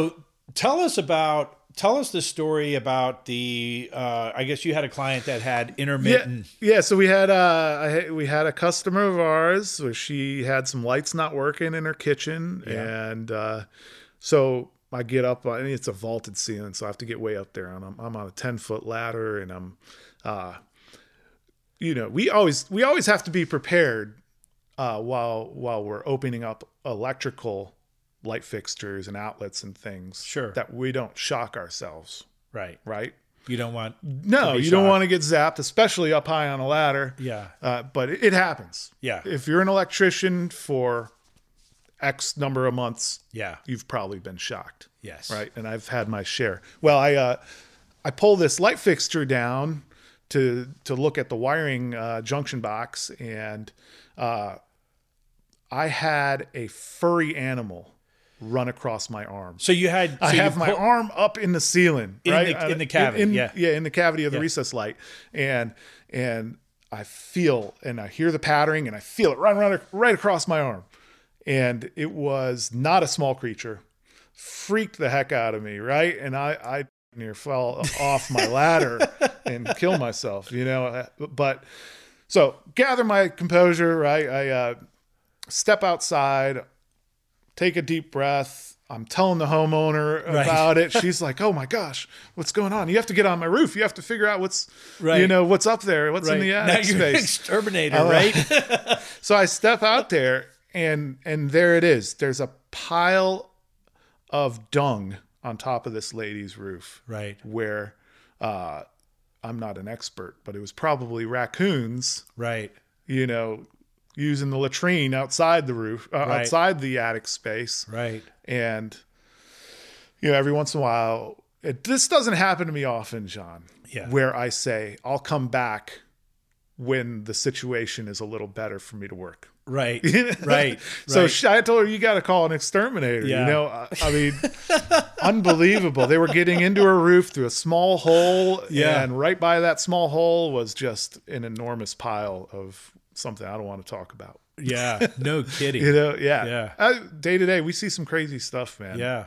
A: tell us about tell us the story about the uh, I guess you had a client that had
B: Yeah,
A: intermittent
B: yeah. So we had uh, I, had- we had a customer of ours where she had some lights not working in her kitchen, and uh, so I get up. I mean, it's a vaulted ceiling, so I have to get way up there, and I'm, I'm on a ten foot ladder, and I'm, uh, you know, we always we always have to be prepared uh, while while we're opening up electrical light fixtures and outlets and things.
A: Sure.
B: that we don't shock ourselves,
A: right.
B: right?
A: You don't want
B: No, you don't
A: shocked.
B: want to get zapped, especially up high on a ladder.
A: yeah
B: Uh, but it, it happens.
A: yeah
B: If you're an electrician for X number of months,
A: yeah
B: you've probably been shocked,
A: yes
B: right? And I've had my share. Well, I uh, I pull this light fixture down to to look at the wiring uh, junction box, and uh, I had a furry animal run across my arm.
A: So you had so
B: I
A: you
B: have my
A: pull-
B: arm up in the ceiling,
A: In
B: right?
A: the-
B: I-
A: in the cavity,
B: in-
A: yeah.
B: yeah, in the cavity of the recess light, and and I feel and I hear the pattering, and I feel it run right, right across my arm, and it was not a small creature, freaked the heck out of me, right? And I I near fell off my ladder and killed myself, you know, Uh, but. So gather my composure, right? I uh, step outside, take a deep breath. I'm telling the homeowner about it. She's like, "Oh my gosh, what's going on? You have to get on my roof. You have to figure out what's, you
A: Right.
B: know, what's up there, what's in
A: right.
B: the
A: now
B: attic
A: you're an
B: space." Uh-huh.
A: exterminator right
B: So I step out there, and and there it is. There's a pile of dung on top of this lady's roof
A: right
B: where uh, I'm not an expert, but it was probably raccoons
A: right
B: you know, using the latrine outside the roof, uh,
A: Right.
B: outside the attic space.
A: right
B: And, you know, every once in a while, it, this doesn't happen to me often, John,
A: Yeah.
B: where I say, I'll come back when the situation is a little better for me to work.
A: right right
B: So
A: right.
B: she, I told her, you got to call an exterminator.
A: Yeah.
B: You know, I, I mean, unbelievable. They were getting into her roof through a small hole.
A: Yeah.
B: And right by that small hole was just an enormous pile of something I don't want to talk about.
A: Yeah. No kidding.
B: You know, yeah,
A: Yeah.
B: Uh, Day to day, we see some crazy stuff, man.
A: yeah.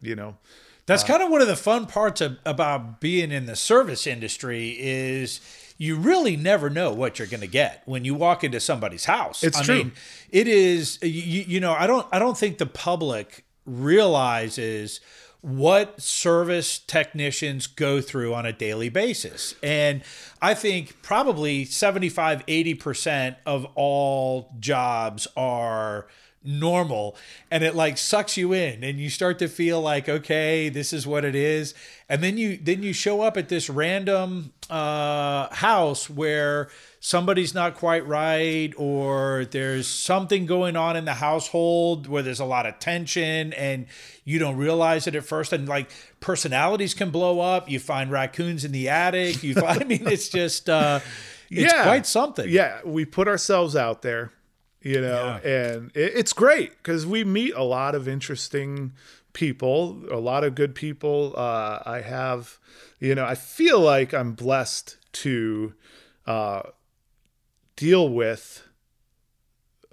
B: you know, Uh,
A: That's kind of one of the fun parts of, about being in the service industry is you really never know what you're going to get when you walk into somebody's house.
B: It's
A: I
B: true.
A: Mean, it is you, you know I don't I don't think the public realizes what service technicians go through on a daily basis. And I think probably 75 80% of all jobs are normal and it like sucks you in and you start to feel like okay this is what it is and then you then you show up at this random uh house where somebody's not quite right or there's something going on in the household where there's a lot of tension and you don't realize it at first and like personalities can blow up you find raccoons in the attic you find, i mean it's just uh it's
B: yeah,
A: quite something
B: Yeah, we put ourselves out there, you know, and it, it's great because we meet a lot of interesting people, a lot of good people. Uh, I have, you know, I feel like I'm blessed to uh, deal with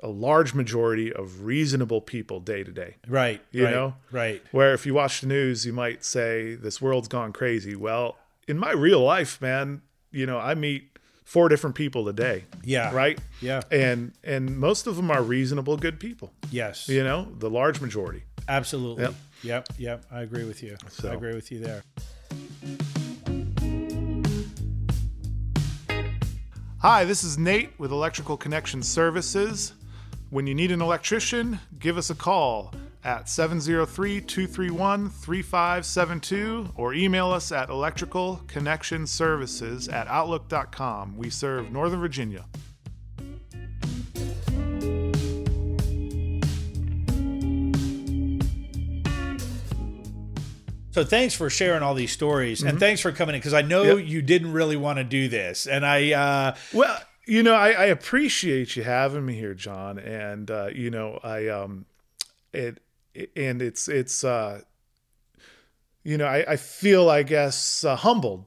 B: a large majority of reasonable people day to day.
A: right
B: You
A: right,
B: know?
A: right
B: Where if you watch the news, you might say this world's gone crazy. Well, in my real life, man, you know, I meet four different people a day.
A: Yeah.
B: Right?
A: Yeah.
B: And and most of them are reasonable good people,
A: yes
B: you know, the large majority.
A: Absolutely.
B: Yep.
A: Yep. Yep. I agree with you.
B: So-
A: I agree with you there.
B: Hi, this is Nate with Electrical Connection Services. When you need an electrician, give us a call at 703 231 3572 or email us at electricalconnectionservices at outlook.com. We serve Northern Virginia.
A: So thanks for sharing all these stories and thanks for coming in because I know
B: Mm-hmm. Yep.
A: you didn't really want to do this. And I, uh,
B: Well, you know, I, I appreciate you having me here, John, and uh, you know, I um, it and it's it's uh, you know, I, I feel I guess uh, humbled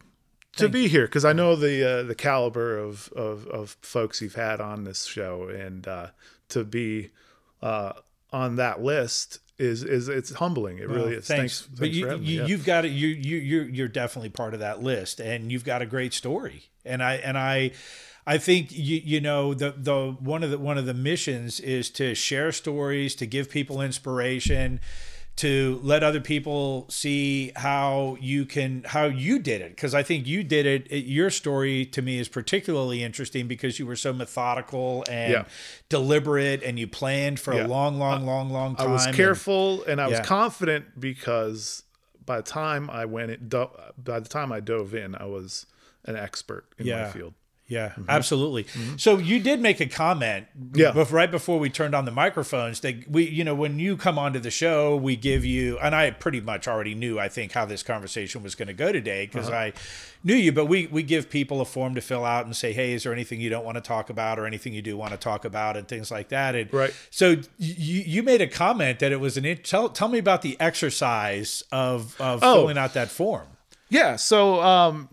B: to be here because I know the uh, the caliber of, of of folks you've had on this show, and uh, to be uh, on that list is is it's humbling. It really is.
A: thanks,
B: Thanks,
A: but
B: thanks
A: you,
B: for having
A: you,
B: me. yeah.
A: you've got it. You, you, you're, you're definitely part of that list, and you've got a great story. And I, and I, I think you, you know, the the one of the one of the missions is to share stories, to give people inspiration, to let other people see how you can how you did it because i think you did it it- your story to me is particularly interesting because you were so methodical and
B: Yeah.
A: deliberate and you planned for a
B: Yeah.
A: long long long long
B: I
A: time
B: was
A: and-
B: careful and, I
A: yeah.
B: was confident because by the time I went it do, by the time I dove in, I was an expert in
A: Yeah.
B: my field.
A: Yeah, absolutely. So you did make a comment
B: Mm-hmm. Yeah.
A: bef- right before we turned on the microphones that we, you know, when you come onto the show, we give you, and I pretty much already knew, I think, how this conversation was going to go today because
B: Uh-huh.
A: I knew you, but we, we give people a form to fill out and say, hey, is there anything you don't want to talk about or anything you do want to talk about and things like that. And
B: Right.
A: so y- you, you made a comment that it was an, in- tell, tell me about the exercise of, of
B: Oh.
A: filling out that form.
B: Yeah, so um,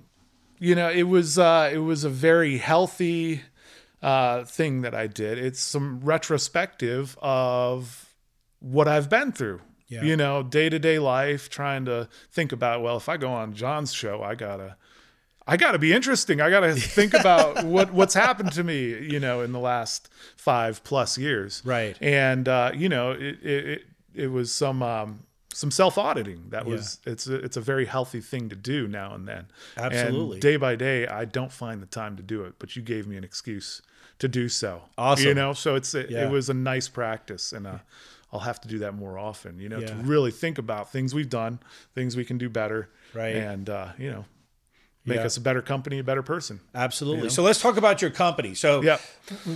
B: you know, it was uh, it was a very healthy uh, thing that I did. It's some retrospective of what I've been through.
A: Yeah.
B: You know, day to day life, trying to think about well, if I go on John's show, I gotta. I got to be interesting. I got to think about what what's happened to me, you know, in the last five plus years.
A: Right.
B: And uh, you know, it it it, it was some um, some self auditing. That was it's a, it's a very healthy thing to do now and then. And
A: Absolutely.
B: day by day, I don't find the time to do it, but you gave me an excuse to do so.
A: Awesome.
B: You know, so it's a,
A: Yeah.
B: it was a nice practice and. Uh, I'll have to do that more often, you know, to
A: Yeah.
B: really think about things we've done, things we can do better,
A: Right.
B: And uh, you know, make
A: Yeah.
B: us a better company, a better person.
A: Absolutely. So let's talk about your company. So
B: Yeah.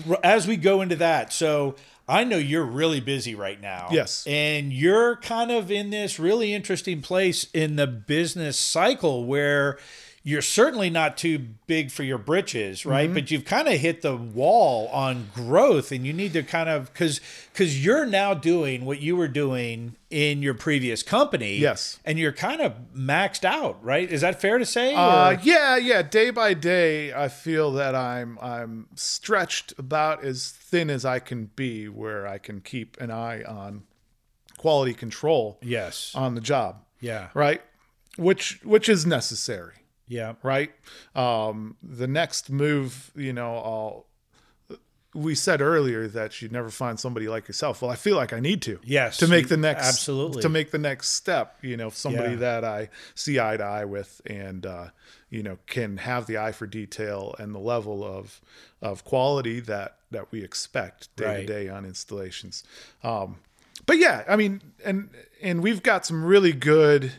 A: r- as we go into that, so I know you're really busy right now.
B: Yes.
A: And you're kind of in this really interesting place in the business cycle where you're certainly not too big for your britches, right?
B: Mm-hmm.
A: But you've kind of hit the wall on growth and you need to kind of cuz cuz you're now doing what you were doing in your previous company.
B: Yes.
A: And you're kind of maxed out, right? Is that fair to say?
B: Uh,
A: or-
B: yeah, yeah. Day by day, I feel that I'm I'm stretched about as thin as I can be, where I can keep an eye on quality control
A: yes.
B: on the job,
A: yeah.
B: right? Which which is necessary,
A: Yeah.
B: right? Um, the next move, you know, I'll. We said earlier that you'd never find somebody like yourself. Well, I feel like I need to.
A: Yes,
B: To make the
A: you-
B: next
A: absolutely.
B: to make the next step. You know, somebody
A: Yeah.
B: that I see eye to eye with, and uh, you know, can have the eye for detail and the level of of quality that that we expect day
A: Right.
B: to day on installations. Um, but yeah, I mean, and and we've got some really good.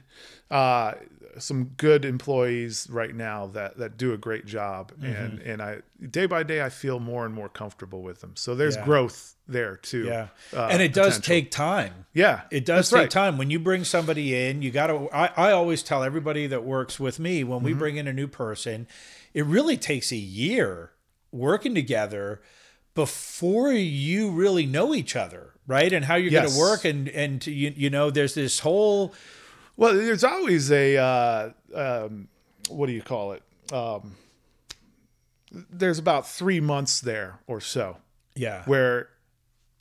B: Uh, some good employees right now that that do a great job
A: Mm-hmm.
B: and and I day by day I feel more and more comfortable with them. So there's
A: Yeah.
B: growth there too.
A: Yeah.
B: uh,
A: and it does
B: potential.
A: take time.
B: Yeah.
A: It does
B: that's
A: take
B: right.
A: time. When you bring somebody in, you got to. I, I always tell everybody that works with me when
B: Mm-hmm.
A: we bring in a new person, it really takes a year working together before you really know each other, right? And how you're going
B: Yes.
A: to work. And, and to, you, you know, there's this whole.
B: Well, there's always a uh, um, what do you call it? Um, there's about three months there or so
A: Yeah.
B: where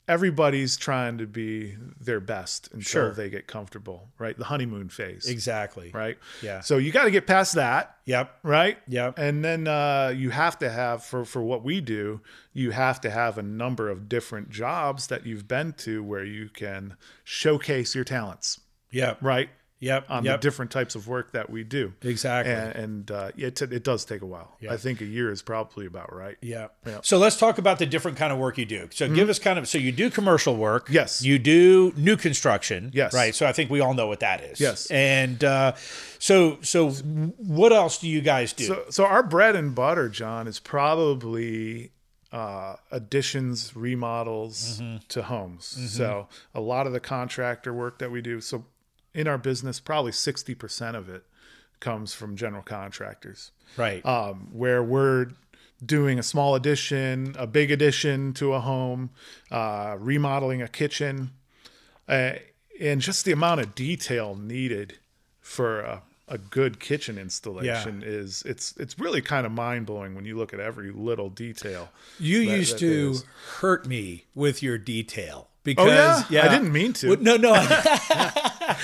B: everybody's trying to be their best until
A: Sure.
B: they get comfortable, right? The honeymoon phase,
A: exactly.
B: right?
A: Yeah.
B: So you got to get past that,
A: Yep.
B: right?
A: Yep.
B: And then uh, you have to have for for what we do, you have to have a number of different jobs that you've been to where you can showcase your talents,
A: Yep.
B: right?
A: Yep.
B: on
A: yep.
B: the different types of work that we do.
A: exactly.
B: And, and uh, it, t- it does take a while. I think a year is probably about right.
A: Yeah. So let's talk about the different kind of work you do. So give us kind of so you do commercial work.
B: Mm-hmm. Yes.
A: You do new construction.
B: Yes.
A: Right. So I think we all know what that is.
B: Yes.
A: And uh, so so what else do you guys do?
B: So, so our bread and butter, John, is probably uh, additions, remodels to homes. So a lot of the contractor work that we do. So in our business, probably 60% of it comes from general contractors.
A: right.
B: um, where we're doing a small addition, a big addition to a home, uh, remodeling a kitchen, uh, and just the amount of detail needed for a, a good kitchen installation is it's it's really kind of mind blowing when you look at every little detail.
A: you used
B: that
A: to
B: is. Oh,
A: hurt me with your detail because
B: yeah? I didn't mean to.
A: Well, No, no.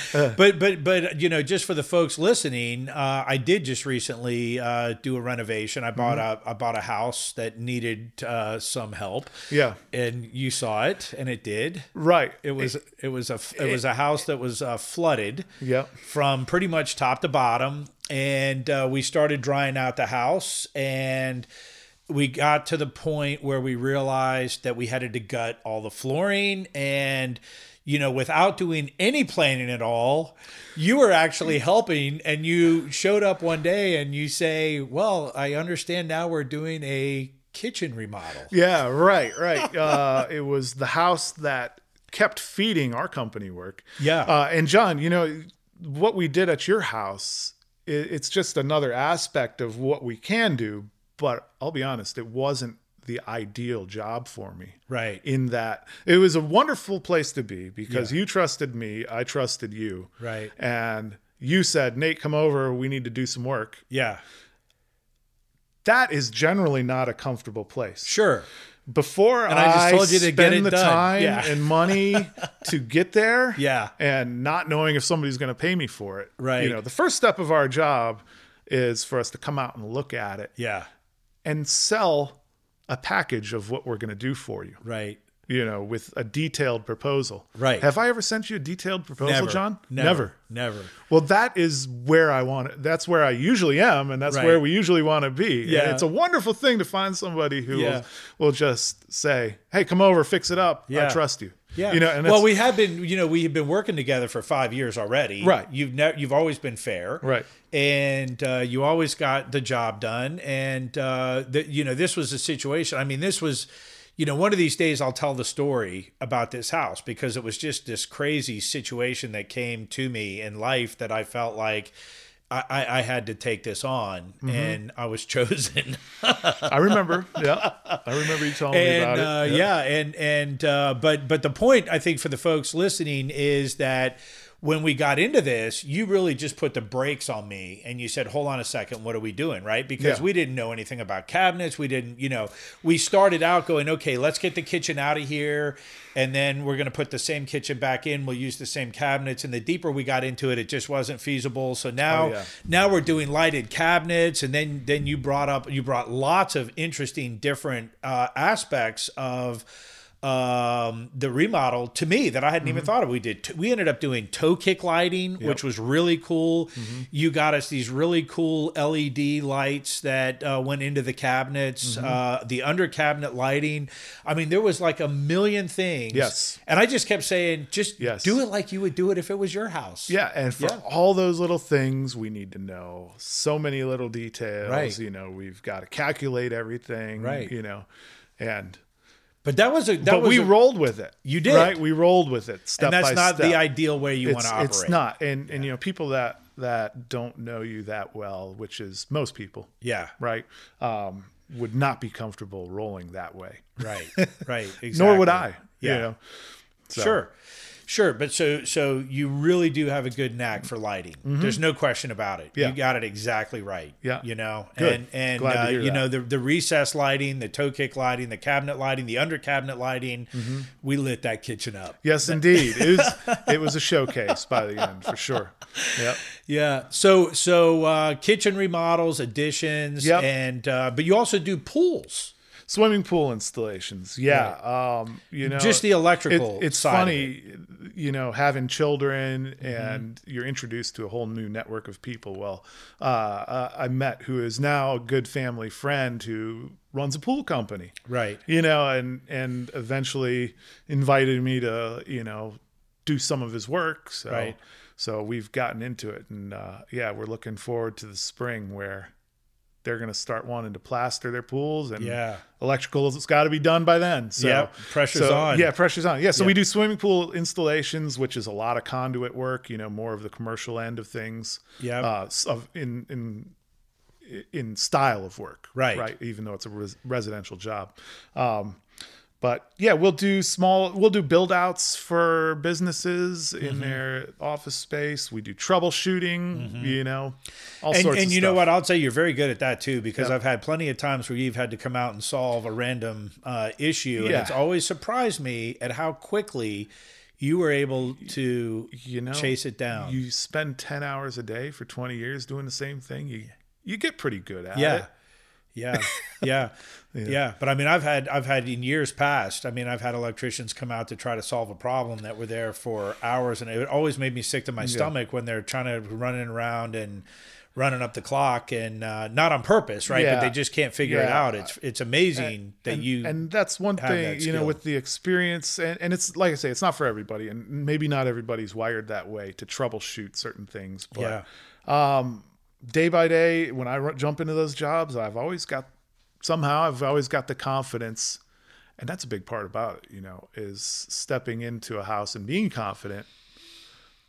A: but but but you know, just for the folks listening, uh, I did just recently uh, do a renovation. I bought
B: Mm-hmm.
A: a I bought a house that needed uh, some help.
B: Yeah,
A: and you saw it and it did
B: right.
A: it was it, was a f- it, was a house that was uh, flooded
B: Yeah.
A: from pretty much top to bottom and uh, we started drying out the house and we got to the point where we realized that we had to gut all the flooring and you know without doing any planning at all you were actually helping and you showed up one day and you say well i understand now we're doing a kitchen remodel
B: Yeah, right, right. Uh, it was the house that kept feeding our company work.
A: Yeah.
B: Uh, and John, you know what we did at your house? i it's just another aspect of what we can do. But I'll be honest, it wasn't the ideal job for me.
A: right
B: In that it was a wonderful place to be because you trusted me, I trusted you.
A: Right.
B: And you said, Nate, come over. We need to do some work.
A: Yeah.
B: That is generally not a comfortable place
A: Sure.
B: before
A: I
B: I,
A: just told you to
B: spend
A: get it
B: the
A: done.
B: time
A: Yeah.
B: and money to get there,
A: Yeah.
B: and not knowing if somebody's going to pay me for it,
A: Right.
B: You know, the first step of our job is for us to come out and look at it
A: Yeah.
B: and sell a package of what we're going to do for you.
A: Right.
B: You know, with a detailed proposal.
A: Right.
B: Have I ever sent you a detailed proposal, John?
A: Never. Never.
B: Well, that is where I want. That's where I usually am, and that's
A: Right.
B: where we usually want to be. And
A: Yeah.
B: it's a wonderful thing to find somebody who
A: Yeah.
B: will, will just say, "Hey, come over, fix it up. I
A: Yeah.
B: trust you."
A: Yeah.
B: you know. And
A: well,
B: that's-
A: we have been, you know, we have been working together for five years already.
B: Right.
A: You've never, you've always been fair.
B: Right.
A: And uh, you always got the job done. And uh, the, you know, this was a situation. I mean, this was, you know, one of these days I'll tell the story about this house because it was just this crazy situation that came to me in life that I felt like I, I, I had to take this on,
B: Mm-hmm.
A: and I was chosen.
B: I remember. Yeah, I remember you telling me
A: and
B: about
A: uh,
B: it.
A: yeah, and and uh, but but the point I think for the folks listening is that when we got into this, you really just put the brakes on me, and you said, "Hold on a second, what are we doing?" Right? Because
B: Yeah.
A: we didn't know anything about cabinets. We didn't, you know, we started out going, "Okay, let's get the kitchen out of here." And then we're going to put the same kitchen back in. We'll use the same cabinets. And the deeper we got into it, it just wasn't feasible. So now,
B: Oh, yeah.
A: now we're doing lighted cabinets and then then you brought up you brought lots of interesting different uh, aspects of um, the remodel to me that I hadn't
B: Mm-hmm.
A: even thought of. We did. we ended up doing toe kick lighting, which was really cool.
B: Mm-hmm.
A: You got us these really cool LED lights that uh, went into the cabinets,
B: Mm-hmm.
A: uh, the under cabinet lighting. I mean, there was like a million things.
B: Yes.
A: And I just kept saying, just
B: Yes.
A: do it like you would do it if it was your house.
B: Yeah, and for
A: Yeah.
B: all those little things, we need to know so many little details.
A: Right.
B: You know, we've got to calculate everything.
A: Right.
B: You know, and
A: But that was a that
B: but
A: was
B: we
A: a-
B: rolled with it.
A: You did.
B: right? We rolled with it. Step
A: and that's
B: by
A: not
B: step.
A: the ideal way you want
B: It's,
A: to operate.
B: it's not, and and you know, people that that don't know you that well, which is most people,
A: Yeah.
B: right, um, would not be comfortable rolling that way.
A: Right. Right. Exactly.
B: Nor would I.
A: Yeah.
B: You know, So,
A: Sure. Sure. But so so you really do have a good knack for lighting. There's no question about it.
B: Mm-hmm. Yeah.
A: You got it exactly right.
B: Yeah.
A: You know,
B: Good.
A: and and
B: Glad to
A: uh,
B: hear
A: you
B: that.
A: know the the recess lighting, the toe kick lighting, the cabinet lighting, the under cabinet lighting.
B: Mm-hmm.
A: We lit that kitchen up.
B: Yes, indeed. It was it was a showcase by the end for sure. Yep.
A: Yeah. So so uh, kitchen remodels, additions,
B: Yep.
A: and uh, but you also do pools.
B: swimming pool installations. Yeah, um, you know,
A: Just the electrical
B: it's
A: side of Mm-hmm.
B: funny, you know, having children and you're introduced to a whole new network of people. Well, uh, uh, I met who is now a good family friend who runs a pool company.
A: Right.
B: You know, and and eventually invited me to you know do some of his work. So,
A: Right.
B: so we've gotten into it, and uh, yeah, we're looking forward to the spring where they're going to start wanting to plaster their pools and
A: Yeah.
B: electrical has got to be done by then. So
A: Yep, pressure's
B: so-
A: on.
B: Yeah, pressure's on. Yeah, so we do swimming pool installations, which is a lot of conduit work. You know, more of the commercial end of things.
A: Yep.
B: uh, s- of in in in style of work.
A: Right.
B: right. Even though it's a res- residential job. Um, but yeah, we'll do small, we'll do build outs for businesses
A: Mm-hmm.
B: in their office space. We do troubleshooting, you know, all
A: Mm-hmm. and,
B: sorts
A: and
B: of
A: you know
B: stuff.
A: what i'll say you're very good at that too because i've had plenty of times where you've had to come out and solve a random uh, issue and
B: Yeah.
A: it's always surprised me at how quickly you were able to
B: you know
A: chase it down
B: you spend 10 hours a day for 20 years doing the same thing you you get pretty good at
A: yeah.
B: it
A: yeah yeah yeah but i mean i've had i've had in years past i mean i've had electricians come out to try to solve a problem that were there for hours and it always made me sick to my stomach when they're trying to running around and running up the clock and uh, not on purpose right but
B: Yeah.
A: they just can't figure it
B: Yeah.
A: out it's it's amazing that you
B: and that's one
A: have
B: thing
A: that
B: you know
A: skill.
B: with the experience and, and it's like i say it's not for everybody and maybe not everybody's wired that way to troubleshoot certain things but
A: yeah
B: day by day when i ru- jump into those jobs i've always got somehow i've always got the confidence and that's a big part about it you know is stepping into a house and being confident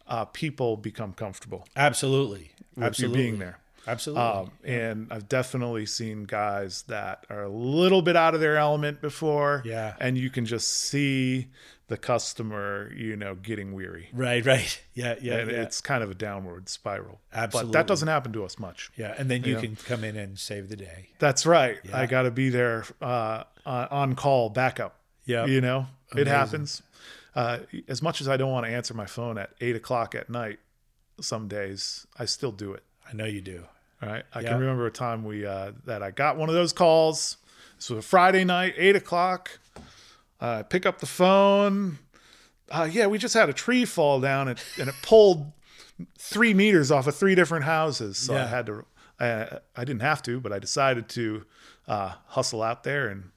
B: uh, people become comfortable
A: absolutely
B: with you
A: absolutely
B: being there
A: absolutely
B: Um, and I've definitely seen guys that are a little bit out of their element before.
A: Yeah.
B: And you can just see the customer, you know, getting weary.
A: right right yeah yeah
B: And
A: yeah.
B: it's kind of a downward spiral.
A: Absolutely.
B: But that doesn't happen to us much.
A: yeah and then you can come in and save the day
B: That's right. I got to be there uh, uh, on call backup.
A: Yeah.
B: You know, it happens. Uh, as much as I don't want to answer my phone at eight o'clock at night, some days I still do it.
A: i know you do
B: All right. I
A: Yeah.
B: can remember a time we uh, that I got one of those calls. This was a Friday night, eight o'clock. Uh, pick up the phone. Uh, yeah, we just had a tree fall down and, and it pulled three meters off of three different houses. So I
A: Yeah.
B: had to. Uh, I didn't have to, but I decided to uh, hustle out there and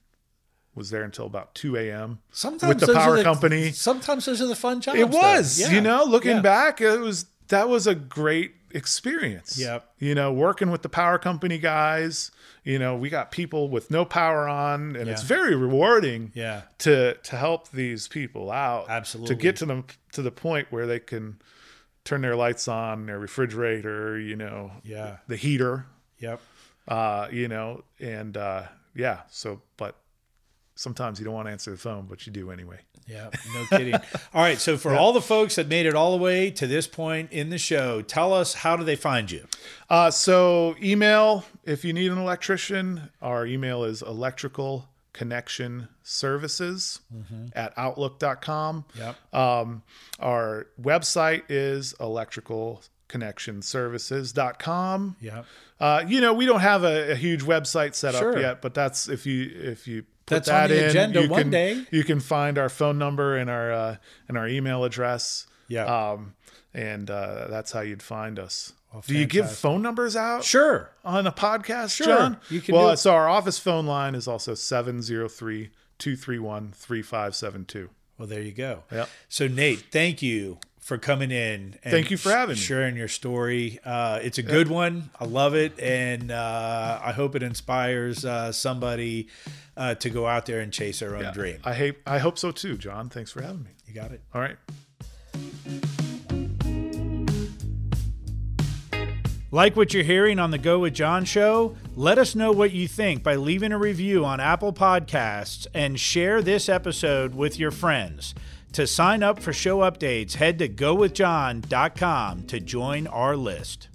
B: was there until about two a.m.
A: sometimes
B: with the
A: those are
B: power company.
A: sometimes those are the fun jobs
B: It
A: though.
B: was,
A: Yeah.
B: you know, looking
A: Yeah.
B: back, it was that was a great experience.
A: Yep.
B: You know, working with the power company guys, you know, we got people with no power on and it's
A: Yeah.
B: very rewarding
A: yeah
B: to to help these people out.
A: Absolutely.
B: To get to them to the point where they can turn their lights on, their refrigerator, you know,
A: Yeah.
B: the heater,
A: Yep.
B: uh, you know, and uh, yeah. So, but sometimes you don't want to answer the phone, but you do anyway.
A: Yeah, no kidding. all right, so for all the folks that made it all the way to this point in the show, tell us how do they find you?
B: Uh, so email if you need an electrician. Our email is electrical connection services at outlook.com.
A: Mm-hmm. Yep.
B: Um, our website is electricalconnectionservices.com.
A: Yep.
B: Uh, you know, we don't have a, a huge website set up
A: Sure.
B: yet, but that's if you if you put
A: That's on
B: that
A: the
B: in,
A: agenda
B: you
A: one
B: can,
A: day.
B: You can find our phone number and our uh, and our email address.
A: Yeah.
B: Um, and uh, that's how you'd find us. do you give
A: fantastic.
B: phone numbers out
A: Sure.
B: on a podcast,
A: Sure,
B: John?
A: you can do
B: well,
A: it.
B: so our office phone line is also 703 231 3572.
A: Well, there you go.
B: Yep.
A: So Nate, thank you for coming in. And
B: Thank you for having me.
A: Sharing your story. Uh, it's a good one. I love it, and uh, I hope it inspires uh, somebody uh, to go out there and chase their own dream.
B: I hate, I hope so too, John. Thanks for having me.
A: You got it.
B: All right.
A: Like what you're hearing on the Go With John show? Let us know what you think by leaving a review on Apple Podcasts and share this episode with your friends. To sign up for show updates, head to gowithjohn.com to join our list.